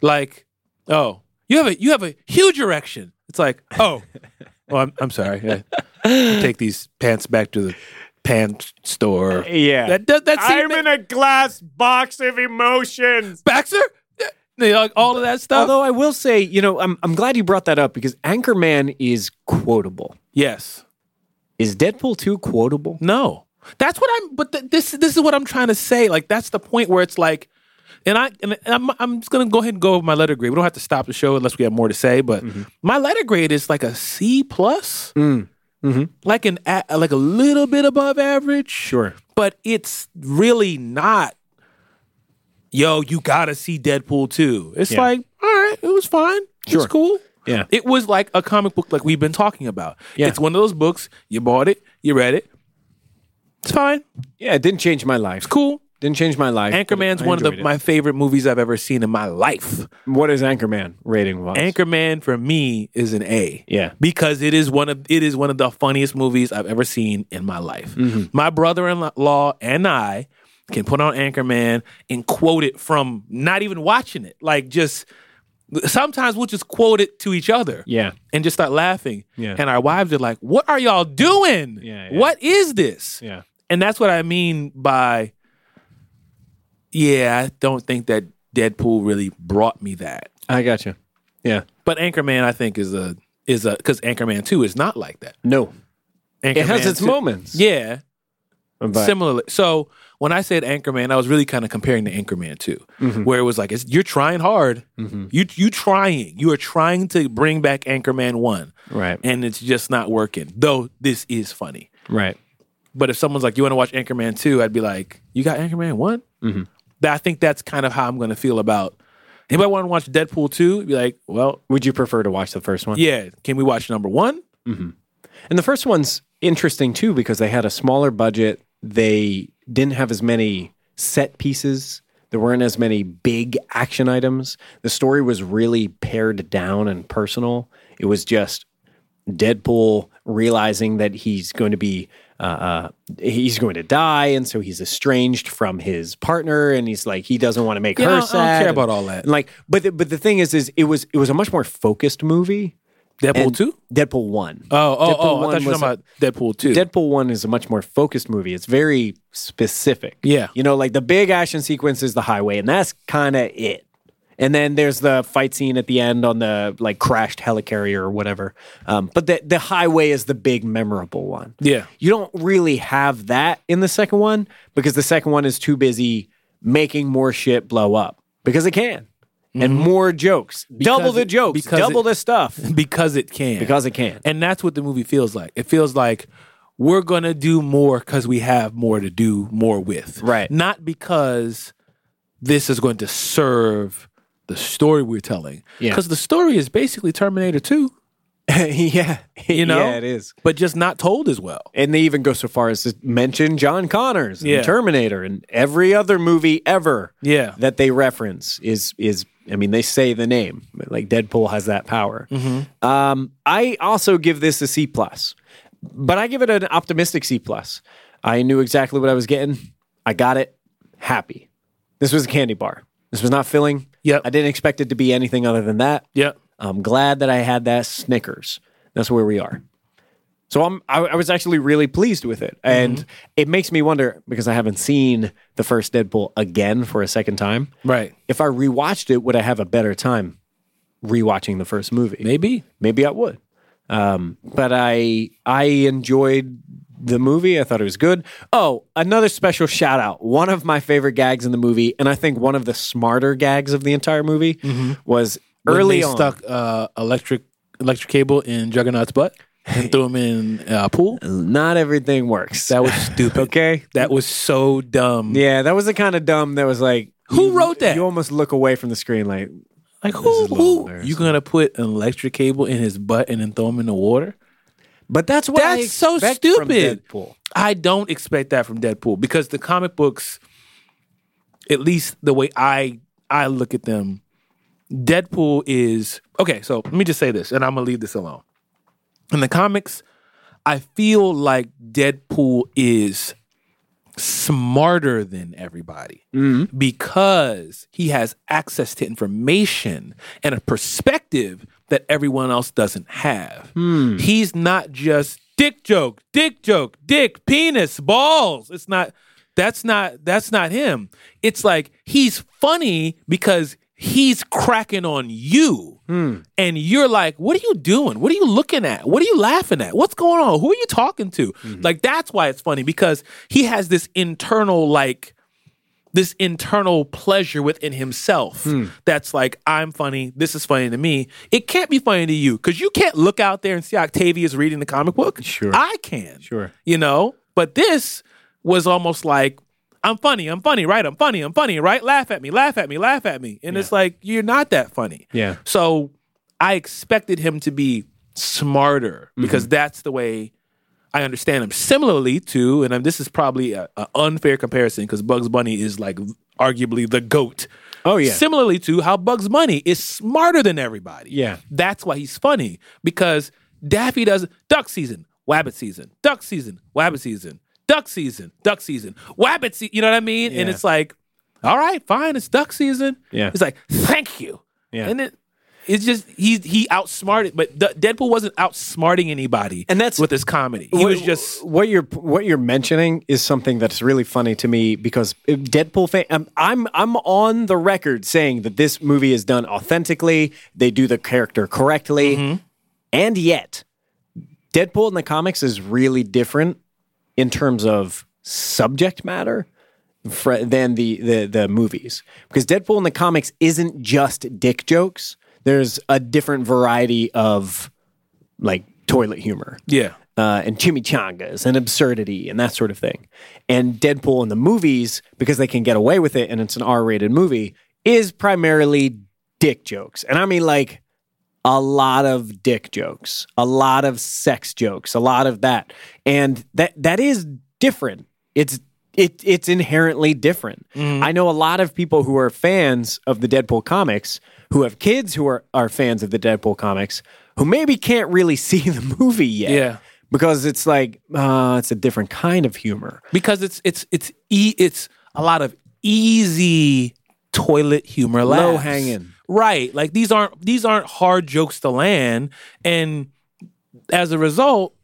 [SPEAKER 1] like, oh, you have a you have a huge erection. It's like,
[SPEAKER 2] (laughs)
[SPEAKER 1] oh, well, I'm, I'm sorry. I- I take these pants back to the pants store.
[SPEAKER 2] Yeah.
[SPEAKER 1] That that, that seemed-
[SPEAKER 2] a glass box of emotions.
[SPEAKER 1] Baxter. Yeah. You know, like all of that stuff.
[SPEAKER 2] Uh, Although I will say, you know, I'm, I'm glad you brought that up because Anchorman is quotable.
[SPEAKER 1] yes.
[SPEAKER 2] Is Deadpool 2 quotable?
[SPEAKER 1] No, that's what I'm. But th- this this is what I'm trying to say. Like that's the point where it's like, and I and I'm I'm just gonna go ahead and go over my letter grade. We don't have to stop the show unless we have more to say. But my letter grade is like a C plus, like an a, like a little bit above average.
[SPEAKER 2] Sure.
[SPEAKER 1] but it's really not. Yo, you gotta see Deadpool too. It's
[SPEAKER 2] Yeah.
[SPEAKER 1] like all right, it was fine. It's
[SPEAKER 2] Sure.
[SPEAKER 1] cool.
[SPEAKER 2] Yeah.
[SPEAKER 1] It was like a comic book like we've been talking about.
[SPEAKER 2] Yeah.
[SPEAKER 1] It's one of those books, you bought it, you read it. It's fine.
[SPEAKER 2] Yeah, it didn't change my life.
[SPEAKER 1] Cool.
[SPEAKER 2] Didn't change my life. but
[SPEAKER 1] Anchorman's
[SPEAKER 2] I
[SPEAKER 1] one of the,
[SPEAKER 2] enjoyed it.
[SPEAKER 1] my favorite movies I've ever seen in my life.
[SPEAKER 2] What is Anchorman rating wise?
[SPEAKER 1] Anchorman for me is an A.
[SPEAKER 2] Yeah.
[SPEAKER 1] Because it is one of it is one of the funniest movies I've ever seen in my life.
[SPEAKER 2] Mm-hmm.
[SPEAKER 1] My brother-in-law and I can put on Anchorman and quote it from not even watching it. Like just sometimes we'll just quote it to each other.
[SPEAKER 2] Yeah.
[SPEAKER 1] and just start laughing.
[SPEAKER 2] Yeah.
[SPEAKER 1] And our wives are like, "What are y'all doing?
[SPEAKER 2] Yeah, yeah.
[SPEAKER 1] What is this?"
[SPEAKER 2] Yeah.
[SPEAKER 1] And that's what I mean by, yeah, I don't think that Deadpool really brought me that.
[SPEAKER 2] I got you. Yeah.
[SPEAKER 1] But Anchorman, I think, is a is a because Anchorman Two is not like that.
[SPEAKER 2] No. It has
[SPEAKER 1] Anchorman
[SPEAKER 2] its
[SPEAKER 1] 2
[SPEAKER 2] moments.
[SPEAKER 1] Yeah,
[SPEAKER 2] But
[SPEAKER 1] similarly. So when I said Anchorman, I was really kind of comparing to Anchorman 2
[SPEAKER 2] Mm-hmm.
[SPEAKER 1] where it was like it's, you're trying hard. You you trying. You are trying to bring back Anchorman One,
[SPEAKER 2] Right.
[SPEAKER 1] And it's just not working. Though this is funny.
[SPEAKER 2] right.
[SPEAKER 1] But if someone's like, "You want to watch Anchorman 2? I'd be like, "You got Anchorman One?" Mm-hmm. I think that's kind of how I'm going to feel about. Anybody want to watch Deadpool Two? Be like, "Well,
[SPEAKER 2] Would you prefer to watch the first one?
[SPEAKER 1] yeah, can we watch number one?"
[SPEAKER 2] And the first one's interesting too because they had a smaller budget. They didn't have as many set pieces. There weren't as many big action items. The story was really pared down and personal. It was just Deadpool realizing that he's going to be uh, uh, he's going to die, and so he's estranged from his partner, and he's like he doesn't want to make
[SPEAKER 1] I
[SPEAKER 2] her
[SPEAKER 1] don't- I don't
[SPEAKER 2] sad.
[SPEAKER 1] care
[SPEAKER 2] and-
[SPEAKER 1] about all that.
[SPEAKER 2] and like, but the, but the thing is, is it was it was a much more focused movie.
[SPEAKER 1] Deadpool
[SPEAKER 2] and
[SPEAKER 1] Two?
[SPEAKER 2] Deadpool one.
[SPEAKER 1] Oh, oh,
[SPEAKER 2] Deadpool
[SPEAKER 1] oh! I thought you were
[SPEAKER 2] was
[SPEAKER 1] talking about Deadpool Two.
[SPEAKER 2] Deadpool 1 is a much more focused movie. It's very specific.
[SPEAKER 1] Yeah.
[SPEAKER 2] You know, like the big action sequence is the highway, and that's kind of it. And then there's the fight scene at the end on the like crashed helicarrier or whatever. Um, but the, the highway is the big memorable one.
[SPEAKER 1] Yeah.
[SPEAKER 2] You don't really have that in the second one because the second one is too busy making more shit blow up because it can. And more jokes. double the
[SPEAKER 1] it-
[SPEAKER 2] jokes.
[SPEAKER 1] Mm-hmm. because
[SPEAKER 2] Double
[SPEAKER 1] it- (laughs)
[SPEAKER 2] the stuff
[SPEAKER 1] because it can.
[SPEAKER 2] because it can.
[SPEAKER 1] and that's what the movie feels like. It feels like we're gonna do more because we have more to do more with.
[SPEAKER 2] Right.
[SPEAKER 1] Not because this is going to serve the story we're telling.
[SPEAKER 2] Yeah.
[SPEAKER 1] Because the story is basically Terminator (laughs) 2,
[SPEAKER 2] yeah.
[SPEAKER 1] (laughs) you know?
[SPEAKER 2] Yeah, it is.
[SPEAKER 1] But just not told as well.
[SPEAKER 2] And they even go so far as to mention John Connors and
[SPEAKER 1] Yeah.
[SPEAKER 2] Terminator and every other movie ever
[SPEAKER 1] Yeah.
[SPEAKER 2] that they reference is is I mean they say the name like Deadpool has that power.
[SPEAKER 1] Mm-hmm.
[SPEAKER 2] Um, I also give this a C plus, but I give it an optimistic C plus. I knew exactly what I was getting. I got it. Happy. This was a candy bar. This was not filling.
[SPEAKER 1] Yep.
[SPEAKER 2] I didn't expect it to be anything other than that.
[SPEAKER 1] Yeah.
[SPEAKER 2] I'm glad that I had that Snickers. That's where we are. So I'm, I, I was actually really pleased with it,
[SPEAKER 1] Mm-hmm.
[SPEAKER 2] and it makes me wonder because I haven't seen the first Deadpool again for a second time.
[SPEAKER 1] Right.
[SPEAKER 2] If I rewatched it, would I have a better time rewatching the first movie?
[SPEAKER 1] Maybe.
[SPEAKER 2] maybe I would. Um, but I I enjoyed the movie. I thought it was good. Oh, another special shout out. One of my favorite gags in the movie, and I think one of the smarter gags of the entire movie was
[SPEAKER 1] Mm-hmm. When
[SPEAKER 2] early
[SPEAKER 1] they
[SPEAKER 2] on.
[SPEAKER 1] stuck uh, electric electric cable in Juggernaut's butt (laughs) and threw him in uh, a pool.
[SPEAKER 2] Not everything works.
[SPEAKER 1] That was stupid.
[SPEAKER 2] (laughs) okay.
[SPEAKER 1] That was so dumb.
[SPEAKER 2] Yeah, that was the kind of dumb that was like,
[SPEAKER 1] Who
[SPEAKER 2] you-
[SPEAKER 1] wrote that?
[SPEAKER 2] You almost look away from the screen, like
[SPEAKER 1] Like
[SPEAKER 2] is
[SPEAKER 1] who?
[SPEAKER 2] a little
[SPEAKER 1] who you gonna put an electric cable in his butt and then throw him in the water?
[SPEAKER 2] But that's what I
[SPEAKER 1] That's so
[SPEAKER 2] expect from
[SPEAKER 1] stupid.
[SPEAKER 2] Deadpool.
[SPEAKER 1] I don't expect that from Deadpool because the comic books, at least the way I I look at them, Deadpool is okay. So let me just say this, and I'm gonna leave this alone. In the comics, I feel like Deadpool is smarter than everybody because he has access to information and a perspective that everyone else doesn't have. He's not just dick joke, dick joke, dick, penis, balls. It's not that's not that's not him. It's like he's funny because he's cracking on you. And you're like, what are you doing? What are you looking at? What are you laughing at? What's going on? Who are you talking to? Like that's why it's funny because he has this internal like this internal pleasure within himself
[SPEAKER 2] Hmm.
[SPEAKER 1] that's like i'm funny this is funny to me it can't be funny to you because you can't look out there and see octavius reading the comic book
[SPEAKER 2] Sure.
[SPEAKER 1] i can
[SPEAKER 2] Sure.
[SPEAKER 1] you know but this was almost like i'm funny i'm funny right i'm funny i'm funny right laugh at me laugh at me laugh at me and it's like you're not that funny
[SPEAKER 2] Yeah.
[SPEAKER 1] so i expected him to be smarter because
[SPEAKER 2] Mm-hmm.
[SPEAKER 1] that's the way I understand him. Similarly to, and I'm, this is probably an unfair comparison because Bugs Bunny is like arguably the goat.
[SPEAKER 2] Oh, yeah.
[SPEAKER 1] Similarly to how Bugs Bunny is smarter than everybody.
[SPEAKER 2] Yeah.
[SPEAKER 1] That's why he's funny because Daffy does duck season, wabbit season, duck season, wabbit season, duck season, duck season, wabbit season. You know what I mean? And
[SPEAKER 2] Yeah.
[SPEAKER 1] it's like, all right, fine, it's duck season.
[SPEAKER 2] Yeah.
[SPEAKER 1] It's like, thank you.
[SPEAKER 2] Yeah.
[SPEAKER 1] And it, it's just he he outsmarted, but D- Deadpool wasn't outsmarting anybody.
[SPEAKER 2] And that's-
[SPEAKER 1] with his comedy. He
[SPEAKER 2] What-
[SPEAKER 1] was just
[SPEAKER 2] what you're what you're mentioning is something that's really funny to me because uh, Deadpool fan I'm, I'm I'm on the record saying that this movie is done authentically, they do the character correctly,
[SPEAKER 1] Mm-hmm.
[SPEAKER 2] and yet Deadpool in the comics is really different in terms of subject matter fr- than the, the the movies because Deadpool in the comics isn't just dick jokes. There's a different variety of like toilet humor
[SPEAKER 1] yeah.
[SPEAKER 2] uh, and chimichangas and absurdity and that sort of thing. And Deadpool in the movies, because they can get away with it and it's an R rated movie, is primarily dick jokes. And I mean, like, a lot of dick jokes, a lot of sex jokes, a lot of that. And that that is different. It's it it's inherently different. I know a lot of people who are fans of the Deadpool comics, who have kids who are, are fans of the Deadpool comics, who maybe can't really (laughs) see the movie yet.
[SPEAKER 1] Yeah.
[SPEAKER 2] Because it's like uh, it's a different kind of humor.
[SPEAKER 1] Because it's it's it's e- it's a lot of easy toilet humor laughs.
[SPEAKER 2] hanging.
[SPEAKER 1] Right. Like these aren't these aren't hard jokes to land and as a result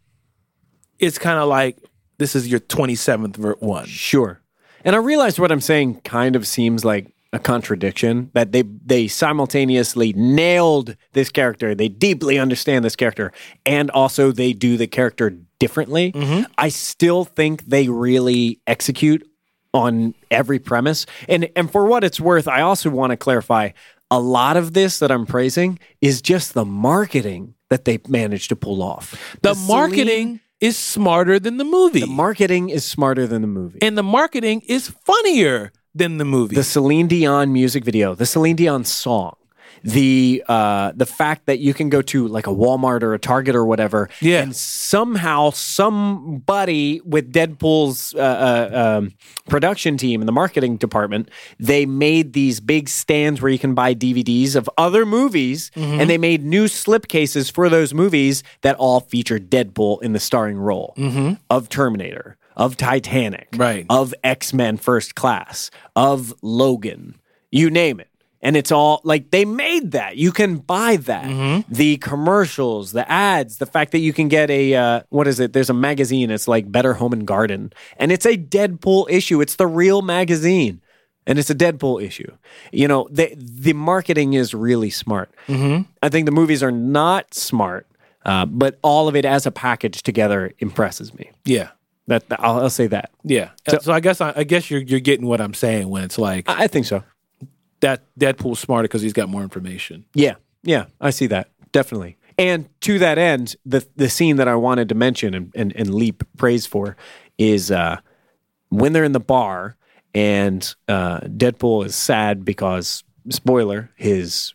[SPEAKER 1] it's kind of like this is your 27th ver- one.
[SPEAKER 2] Sure. And I realized what I'm saying kind of seems like a contradiction that they they simultaneously nailed this character, they deeply understand this character, and also they do the character differently.
[SPEAKER 1] Mm-hmm.
[SPEAKER 2] I still think they really execute on every premise. And and for what it's worth, I also want to clarify a lot of this that I'm praising is just the marketing that they managed to pull off.
[SPEAKER 1] The
[SPEAKER 2] Celine-
[SPEAKER 1] marketing is smarter than the movie.
[SPEAKER 2] marketing is smarter than the movie.
[SPEAKER 1] and the marketing is funnier than the movie.
[SPEAKER 2] the Celine Dion music video, the Celine Dion song, the uh, the fact that you can go to like a Walmart or a Target or whatever,
[SPEAKER 1] Yeah.
[SPEAKER 2] and somehow somebody with Deadpool's uh, uh, um, production team and the marketing department, they made these big stands where you can buy DVDs of other movies, and they made new slipcases for those movies that all featured Deadpool in the starring role of Terminator. Of Titanic,
[SPEAKER 1] Right.
[SPEAKER 2] of X Men First Class, of Logan, you name it. and it's all like they made that. You can buy that. The commercials, the ads, the fact that you can get a uh, what is it? There's a magazine. It's like Better Home and Garden, and it's a Deadpool issue. It's the real magazine, and it's a Deadpool issue. You know, the the marketing is really smart. I think the movies are not smart, uh, but all of it as a package together impresses me.
[SPEAKER 1] Yeah.
[SPEAKER 2] That I'll, I'll say that.
[SPEAKER 1] Yeah. So, I guess I, I guess you're you're getting what I'm saying when it's like
[SPEAKER 2] I I think so.
[SPEAKER 1] that Deadpool's smarter because he's got more information.
[SPEAKER 2] Yeah, yeah, I see that definitely. And to that end, the the scene that I wanted to mention and and, and leap praise for is uh, when they're in the bar and uh, Deadpool is sad because spoiler his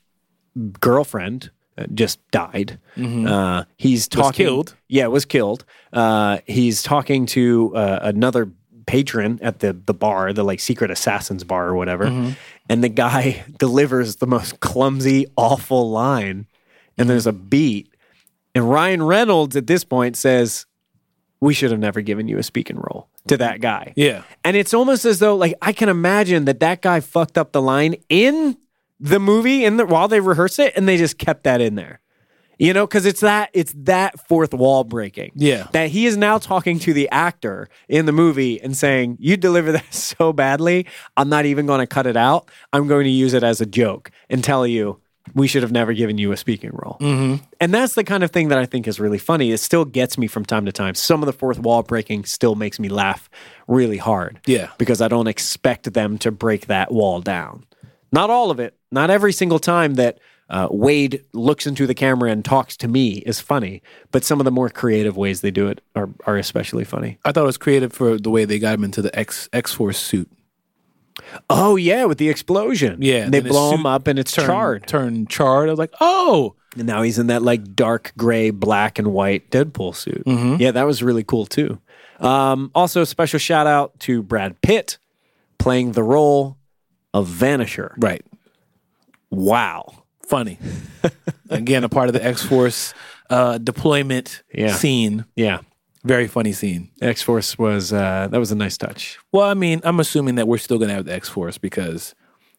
[SPEAKER 2] girlfriend uh, just died. Uh, he's talking.
[SPEAKER 1] killed.
[SPEAKER 2] Yeah, was killed. Uh, he's talking to uh, another patron at the the bar, the like secret assassins bar or whatever, and the guy (laughs) delivers the most clumsy, awful line, and there's a beat, and Ryan Reynolds at this point says, "We should have never given you a speaking role." To that guy,
[SPEAKER 1] Yeah.
[SPEAKER 2] and it's almost as though, like, I can imagine that that guy fucked up the line in the movie in the, while they rehearsed it, and they just kept that in there. You know, because it's that it's that fourth wall breaking.
[SPEAKER 1] Yeah.
[SPEAKER 2] that he is now talking to the actor in the movie and saying, "You deliver that (laughs) so badly, I'm not even going to cut it out. I'm going to use it as a joke and tell you." We should have never given you a speaking role. Mm-hmm. And that's the kind of thing that I think is really funny. It still gets me from time to time. Some of the fourth wall breaking still makes me laugh really hard
[SPEAKER 1] Yeah.
[SPEAKER 2] because I don't expect them to break that wall down. Not all of it. Not every single time that uh, Wade looks into the camera and talks to me is funny, but some of the more creative ways they do it are, are especially funny.
[SPEAKER 1] I thought it was creative for the way they got him into the X X Force suit.
[SPEAKER 2] Oh, yeah, with the explosion.
[SPEAKER 1] Yeah,
[SPEAKER 2] And they
[SPEAKER 1] then his
[SPEAKER 2] blow him
[SPEAKER 1] suit
[SPEAKER 2] up and it's
[SPEAKER 1] Turn,
[SPEAKER 2] charred.
[SPEAKER 1] Turn charred. I was like, oh,
[SPEAKER 2] And now he's in that like dark gray, black and white Deadpool suit. Yeah, that was really cool too. Um, also, special shout out to Brad Pitt playing the role of Vanisher.
[SPEAKER 1] right.
[SPEAKER 2] Wow.
[SPEAKER 1] (laughs) Funny. Again, a part of the X Force uh, deployment
[SPEAKER 2] Yeah.
[SPEAKER 1] scene.
[SPEAKER 2] Yeah.
[SPEAKER 1] Very funny scene.
[SPEAKER 2] X Force was uh, that was a nice touch.
[SPEAKER 1] Well, I mean, I'm assuming that we're still going to have the X Force because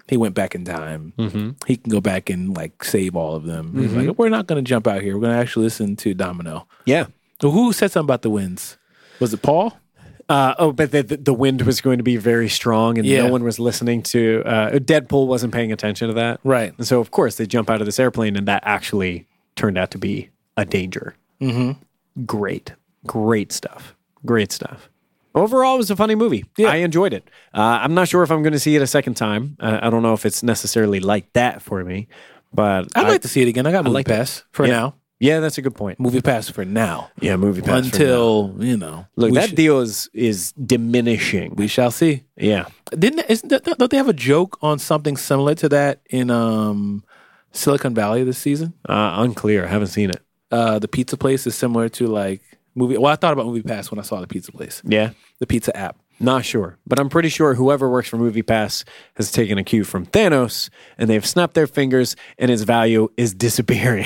[SPEAKER 1] he went back in time. Mm-hmm. He can go back and like save all of them. He's like, we're not going to jump out here. We're going to actually listen to Domino.
[SPEAKER 2] Yeah.
[SPEAKER 1] So who said something about the winds? Was it Paul?
[SPEAKER 2] Uh, oh, but the, the the wind was going to be very strong, and
[SPEAKER 1] Yeah.
[SPEAKER 2] no one was listening to. Uh, Deadpool wasn't paying attention to that,
[SPEAKER 1] Right.
[SPEAKER 2] And so, of course, they jump out of this airplane, and that actually turned out to be a danger. Mm-hmm. Great, great stuff. Great stuff. Overall, it was a funny movie. I enjoyed it. Uh, I'm not sure if I'm going to see it a second time. Uh, I don't know if it's necessarily like that for me, but
[SPEAKER 1] I'd
[SPEAKER 2] I-
[SPEAKER 1] like to see it again. I got movie pass for
[SPEAKER 2] Yeah.
[SPEAKER 1] now.
[SPEAKER 2] yeah, that's a good point.
[SPEAKER 1] Movie pass for now.
[SPEAKER 2] Yeah, movie pass for now.
[SPEAKER 1] Until you know,
[SPEAKER 2] Look,
[SPEAKER 1] we
[SPEAKER 2] that
[SPEAKER 1] sh-
[SPEAKER 2] deal is is diminishing.
[SPEAKER 1] we shall see.
[SPEAKER 2] yeah.
[SPEAKER 1] Didn't isn't that, don't they have a joke on something similar to that in um, Silicon Valley this season?
[SPEAKER 2] Uh, unclear. I haven't seen it.
[SPEAKER 1] Uh, the pizza place is similar to like movie. Well, I thought about movie pass when I saw the pizza place,
[SPEAKER 2] Yeah.
[SPEAKER 1] the pizza app. (laughs)
[SPEAKER 2] Not sure. But I'm pretty sure whoever works for Movie Pass has taken a cue from Thanos and they've snapped their fingers and its value is
[SPEAKER 1] (laughs)
[SPEAKER 2] disappearing.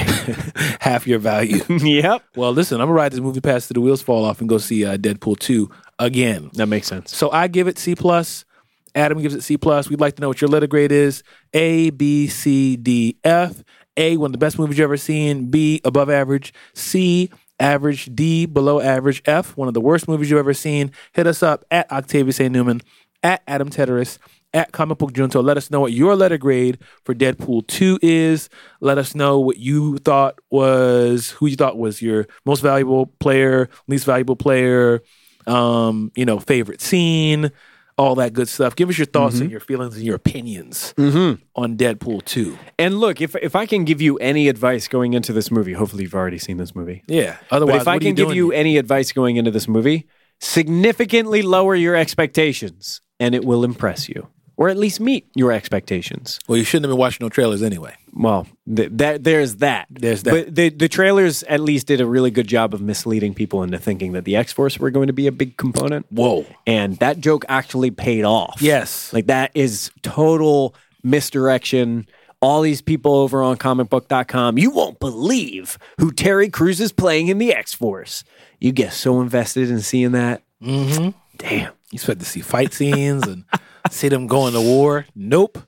[SPEAKER 1] Half your
[SPEAKER 2] (laughs)
[SPEAKER 1] value.
[SPEAKER 2] yep.
[SPEAKER 1] well, listen, I'm gonna ride this movie pass to the wheels fall off and go see uh, Deadpool two again.
[SPEAKER 2] That makes sense.
[SPEAKER 1] So I give it C plus. Adam gives it C plus. We'd like to know what your letter grade is. A, B, C, D, F. A, one of the best movies you've ever seen. B, above average. C, average. D, below average. F, one of the worst movies you've ever seen. Hit us up at Octavius A. Newman, at Adam Teteris, at Comic Book Junto. Let us know what your letter grade for Deadpool 2 is. Let us know what you thought was, who you thought was your most valuable player, least valuable player, um, you know, favorite scene, all that good stuff. Give us your thoughts and your feelings and your opinions on Deadpool 2.
[SPEAKER 2] And look, if if I can give you any advice going into this movie, hopefully you've already seen this movie.
[SPEAKER 1] Yeah. Otherwise,
[SPEAKER 2] but if I
[SPEAKER 1] what are
[SPEAKER 2] can give
[SPEAKER 1] doing
[SPEAKER 2] you
[SPEAKER 1] here?
[SPEAKER 2] any advice going into this movie, significantly lower your expectations and it will impress you or at least meet your expectations.
[SPEAKER 1] well, you shouldn't have been watching no trailers anyway.
[SPEAKER 2] well, th- that there's that.
[SPEAKER 1] There's that.
[SPEAKER 2] But the the trailers at least did a really good job of misleading people into thinking that the X Force were going to be a big component,
[SPEAKER 1] Whoa.
[SPEAKER 2] and that joke actually paid off.
[SPEAKER 1] Yes.
[SPEAKER 2] like that is total misdirection. All these people over on comicbook.com, you won't believe who Terry Crews is playing in the X Force. You get so invested in seeing that. Mm-hmm. Damn.
[SPEAKER 1] (laughs) You expect to see fight scenes and see them going to war. Nope.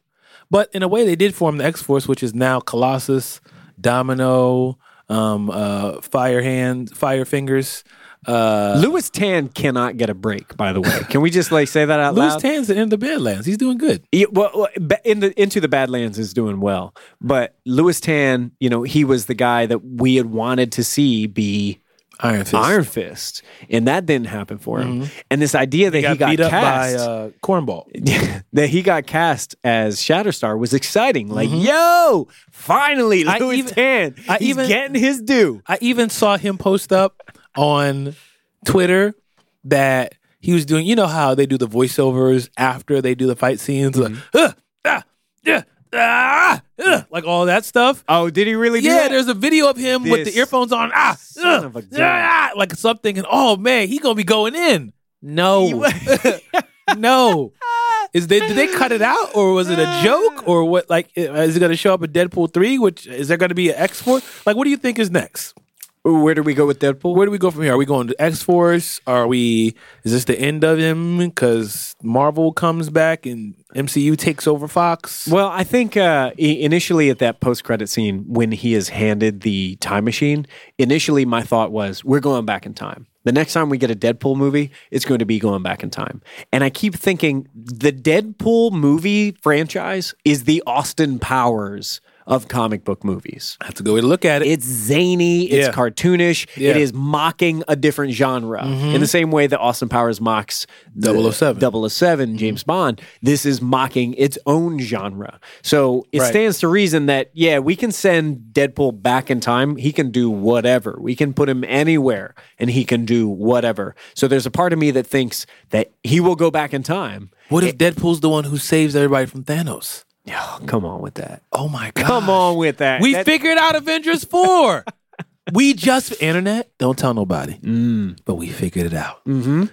[SPEAKER 1] But in a way, they did form the X Force, which is now Colossus, Domino, um, uh, Fire Hand, Fire Fingers. Uh,
[SPEAKER 2] Louis Tan cannot get a break. By the way, can we just like say that out
[SPEAKER 1] Louis
[SPEAKER 2] loud?
[SPEAKER 1] Tan's in the Badlands. He's doing good.
[SPEAKER 2] Yeah, well, well, ba- in the into the Badlands is doing well, but Louis Tan, you know, he was the guy that we had wanted to see be
[SPEAKER 1] Iron Fist.
[SPEAKER 2] Iron Fist, and that didn't happen for him. And this idea that he got,
[SPEAKER 1] Mm-hmm. got, beat up
[SPEAKER 2] cast,
[SPEAKER 1] by uh, Cornball.
[SPEAKER 2] (laughs) that he got cast as Shatterstar was exciting. Like, yo, finally,
[SPEAKER 1] Mm-hmm. I
[SPEAKER 2] Louis
[SPEAKER 1] even-
[SPEAKER 2] Tan,
[SPEAKER 1] I
[SPEAKER 2] he's
[SPEAKER 1] even-
[SPEAKER 2] getting his due.
[SPEAKER 1] I even saw him post up on Twitter that he was doing. You know how they do the voiceovers after they do the fight scenes,
[SPEAKER 2] Mm-hmm.
[SPEAKER 1] like "Huh, ah, yeah, ah, uh," like all that stuff.
[SPEAKER 2] Oh, did he really? do
[SPEAKER 1] Yeah,
[SPEAKER 2] that?
[SPEAKER 1] there's a video of him with
[SPEAKER 2] This
[SPEAKER 1] the earphones on. Ah,
[SPEAKER 2] son
[SPEAKER 1] uh,
[SPEAKER 2] of a gun.
[SPEAKER 1] ah, like something, and oh man, he gonna be going in. No, (laughs) no. Is they did they cut it out or was it a joke or what? Like, is it gonna show up in Deadpool three? Which is there gonna be an X Force? Like, what do you think is next?
[SPEAKER 2] (laughs) Where do we go with Deadpool?
[SPEAKER 1] Where do we go from here? Are we going to X Force? Are we? Is this the end of him? Because Marvel comes back and MCU takes over Fox.
[SPEAKER 2] Well, I think uh, i- initially at that post-credit scene when he is handed the time machine, initially my thought was, we're going back in time. The next time we get a Deadpool movie, it's going to be going back in time. And I keep thinking the Deadpool movie franchise is the Austin Powers of comic book movies.
[SPEAKER 1] That's a good way to look at it.
[SPEAKER 2] It's zany, it's
[SPEAKER 1] Yeah.
[SPEAKER 2] cartoonish, it
[SPEAKER 1] Yeah.
[SPEAKER 2] is mocking a different genre. In the same way that Austin Powers mocks the
[SPEAKER 1] 007.
[SPEAKER 2] 007 James Bond, this is mocking its own genre. So it
[SPEAKER 1] Right.
[SPEAKER 2] stands to reason that, yeah, we can send Deadpool back in time. He can do whatever. We can put him anywhere and he can do whatever. So there's a part of me that thinks that he will go back in time.
[SPEAKER 1] What if Deadpool's the one who saves everybody from Thanos?
[SPEAKER 2] Oh, come on with that.
[SPEAKER 1] Oh my god!
[SPEAKER 2] Come on with that.
[SPEAKER 1] we
[SPEAKER 2] That-
[SPEAKER 1] figured out Avengers four. we just internet. Don't tell nobody. But we figured it out. Mm. Mm-hmm.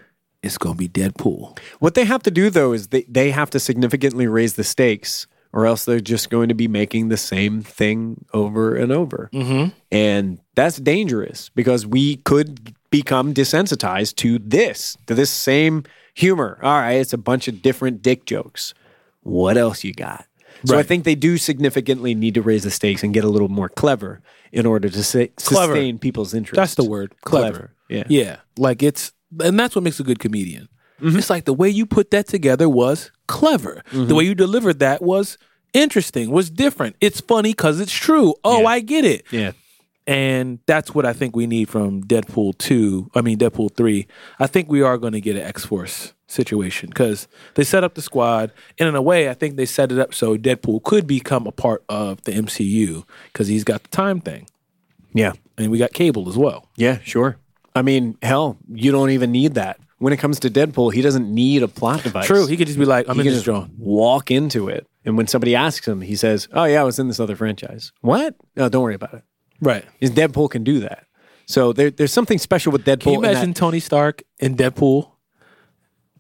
[SPEAKER 1] It's gonna be Deadpool.
[SPEAKER 2] What they have to do though is they, they have to significantly raise the stakes, or else they're just going to be making the same thing over and over. Mm-hmm. And that's dangerous because we could become desensitized to this, to this same humor. All right, it's a bunch of different dick jokes. What else you got? So I
[SPEAKER 1] Right.
[SPEAKER 2] think they do significantly need to raise the stakes and get a little more clever in order to sa-
[SPEAKER 1] Clever.
[SPEAKER 2] sustain people's interest.
[SPEAKER 1] That's the word. Clever.
[SPEAKER 2] Clever, yeah. Mm-hmm.
[SPEAKER 1] Yeah. Like it's and that's what makes a good comedian. It's like the way you put that together was clever. The way you delivered that was interesting, was different. It's funny cuz it's true. Oh,
[SPEAKER 2] Yeah.
[SPEAKER 1] I get it.
[SPEAKER 2] Yeah.
[SPEAKER 1] And that's what I think we need from Deadpool 2, I mean Deadpool 3. I think we are going to get an X-Force situation cuz they set up the squad and in a way I think they set it up so Deadpool could become a part of the MCU cuz he's got the time thing
[SPEAKER 2] Yeah.
[SPEAKER 1] and we got Cable as well.
[SPEAKER 2] Yeah, sure. I mean, hell, you don't even need that. When it comes to Deadpool, he doesn't need a plot device.
[SPEAKER 1] True, he could just be like, I'm
[SPEAKER 2] He
[SPEAKER 1] in
[SPEAKER 2] can
[SPEAKER 1] this
[SPEAKER 2] just
[SPEAKER 1] drawing.
[SPEAKER 2] walk into it. And when somebody asks him, he says, Oh, yeah, I was in this other franchise. What? No, don't worry about it.
[SPEAKER 1] Right.
[SPEAKER 2] Because Deadpool can do that. So there, there's something special with Deadpool.
[SPEAKER 1] Can you
[SPEAKER 2] in
[SPEAKER 1] imagine Tony Stark and Deadpool?
[SPEAKER 2] that-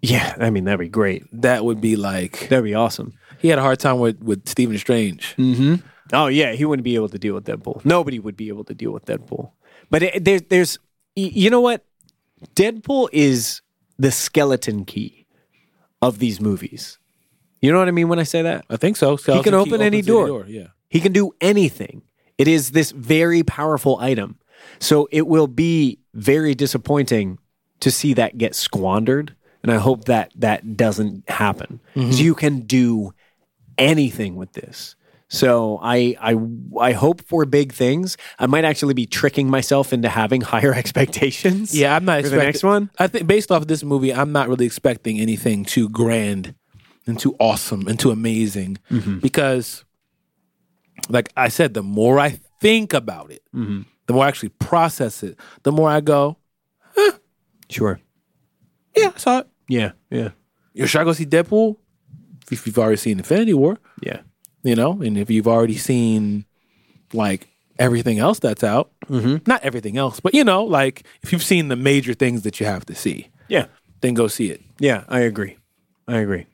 [SPEAKER 2] yeah, I mean, that'd be great.
[SPEAKER 1] That would be like
[SPEAKER 2] That'd be awesome.
[SPEAKER 1] he had a hard time with with Stephen Strange.
[SPEAKER 2] Oh yeah, he wouldn't be able to deal with Deadpool. Nobody would be able to deal with Deadpool. But it, there, there's, y- you know what? Deadpool is the skeleton key of these movies. You know what I mean when I say that?
[SPEAKER 1] I think so.
[SPEAKER 2] He can open any door.
[SPEAKER 1] Yeah.
[SPEAKER 2] He can do anything. It is this very powerful item. So it will be very disappointing to see that get squandered. And I hope that that doesn't happen.
[SPEAKER 1] Mm-hmm.
[SPEAKER 2] 'Cause you can do anything with this. So I, I I hope for big things. I might actually be tricking myself into having (laughs) higher expectations.
[SPEAKER 1] Yeah, I'm not
[SPEAKER 2] for
[SPEAKER 1] expecting
[SPEAKER 2] the next one.
[SPEAKER 1] I think based off of this movie, I'm not really expecting anything too grand and too awesome and too amazing
[SPEAKER 2] Mm-hmm.
[SPEAKER 1] because, like I said, the more I think about it,
[SPEAKER 2] Mm-hmm.
[SPEAKER 1] the more I actually process it, the more I go,
[SPEAKER 2] Sure.
[SPEAKER 1] yeah, I saw it.
[SPEAKER 2] Yeah. Yeah.
[SPEAKER 1] You should I go see Deadpool? If you've already seen Infinity War,
[SPEAKER 2] Yeah.
[SPEAKER 1] you know and if you've already seen like everything else that's out
[SPEAKER 2] Mm-hmm.
[SPEAKER 1] not everything else but you know like if you've seen the major things that you have to see
[SPEAKER 2] Yeah.
[SPEAKER 1] then go see it
[SPEAKER 2] Yeah. I agree. I agree.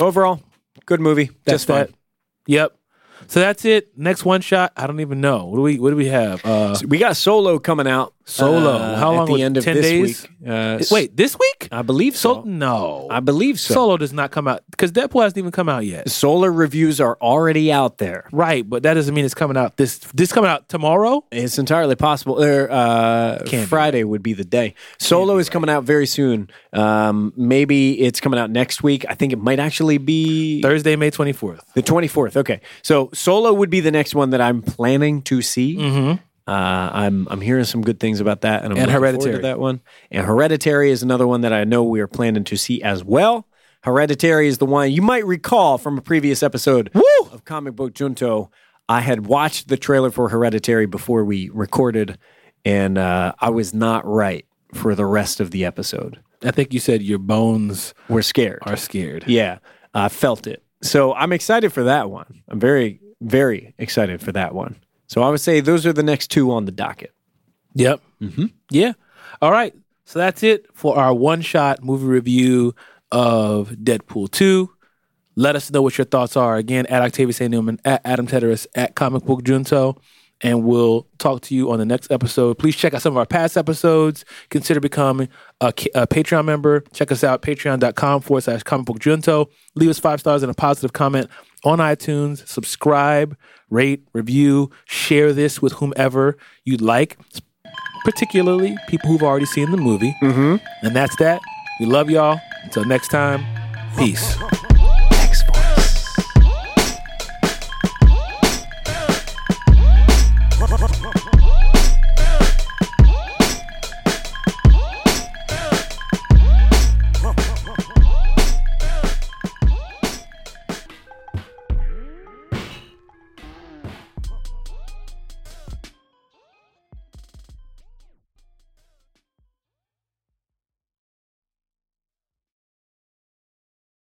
[SPEAKER 2] Overall, good movie.
[SPEAKER 1] that's
[SPEAKER 2] Just fine.
[SPEAKER 1] that yep so that's it next one shot i don't even know what do we what do we have uh
[SPEAKER 2] We got Solo coming out
[SPEAKER 1] Solo.
[SPEAKER 2] uh,
[SPEAKER 1] How long?
[SPEAKER 2] At the
[SPEAKER 1] was-
[SPEAKER 2] end of
[SPEAKER 1] 10
[SPEAKER 2] this
[SPEAKER 1] days?
[SPEAKER 2] week. Uh, s-
[SPEAKER 1] Wait, this week?
[SPEAKER 2] I believe
[SPEAKER 1] so
[SPEAKER 2] so.
[SPEAKER 1] no,
[SPEAKER 2] I believe so.
[SPEAKER 1] Solo does not come out because Deadpool hasn't even come out yet.
[SPEAKER 2] Solar reviews are already out there.
[SPEAKER 1] Right, but that doesn't mean it's coming out this. This coming out tomorrow.
[SPEAKER 2] It's entirely possible. Or, uh,
[SPEAKER 1] Can't be
[SPEAKER 2] Friday would be the day. Solo is coming out very soon. Um, maybe it's coming out next week. I think it might actually be
[SPEAKER 1] Thursday, May 24th.
[SPEAKER 2] the 24th. Okay. So Solo would be the next one that I'm planning to see. Mm-hmm. Uh, I'm I'm hearing some good things about that, and I'm
[SPEAKER 1] And
[SPEAKER 2] looking forward to
[SPEAKER 1] Hereditary.
[SPEAKER 2] that one. And Hereditary is another one that I know we are planning to see as well. Hereditary is the one you might recall from a previous episode of Comic Book Junto. I had watched the trailer for Hereditary before we recorded, and uh, I was not right for the rest of the episode.
[SPEAKER 1] I think you said your bones
[SPEAKER 2] We're scared.
[SPEAKER 1] are scared.
[SPEAKER 2] Yeah, I felt it. So I'm excited for that one. I'm very, very excited for that one. So I would say those are the next two on the docket.
[SPEAKER 1] Yep. Mm-hmm. Yeah. All right. So that's it for our one shot movie review of Deadpool 2. Let us know what your thoughts are. Again, at Octavius A. Newman, at Adam Teteris, at Comic Book Junto. And we'll talk to you on the next episode. Please check out some of our past episodes. Consider becoming a, K- a Patreon member. Check us out, patreon.com forward slash comic book junto. Leave us five stars and a positive comment on iTunes. Subscribe, rate, review, share this with whomever you'd like particularly people who've already seen the movie. Mm-hmm. And that's that. We love y'all. Until next time, peace.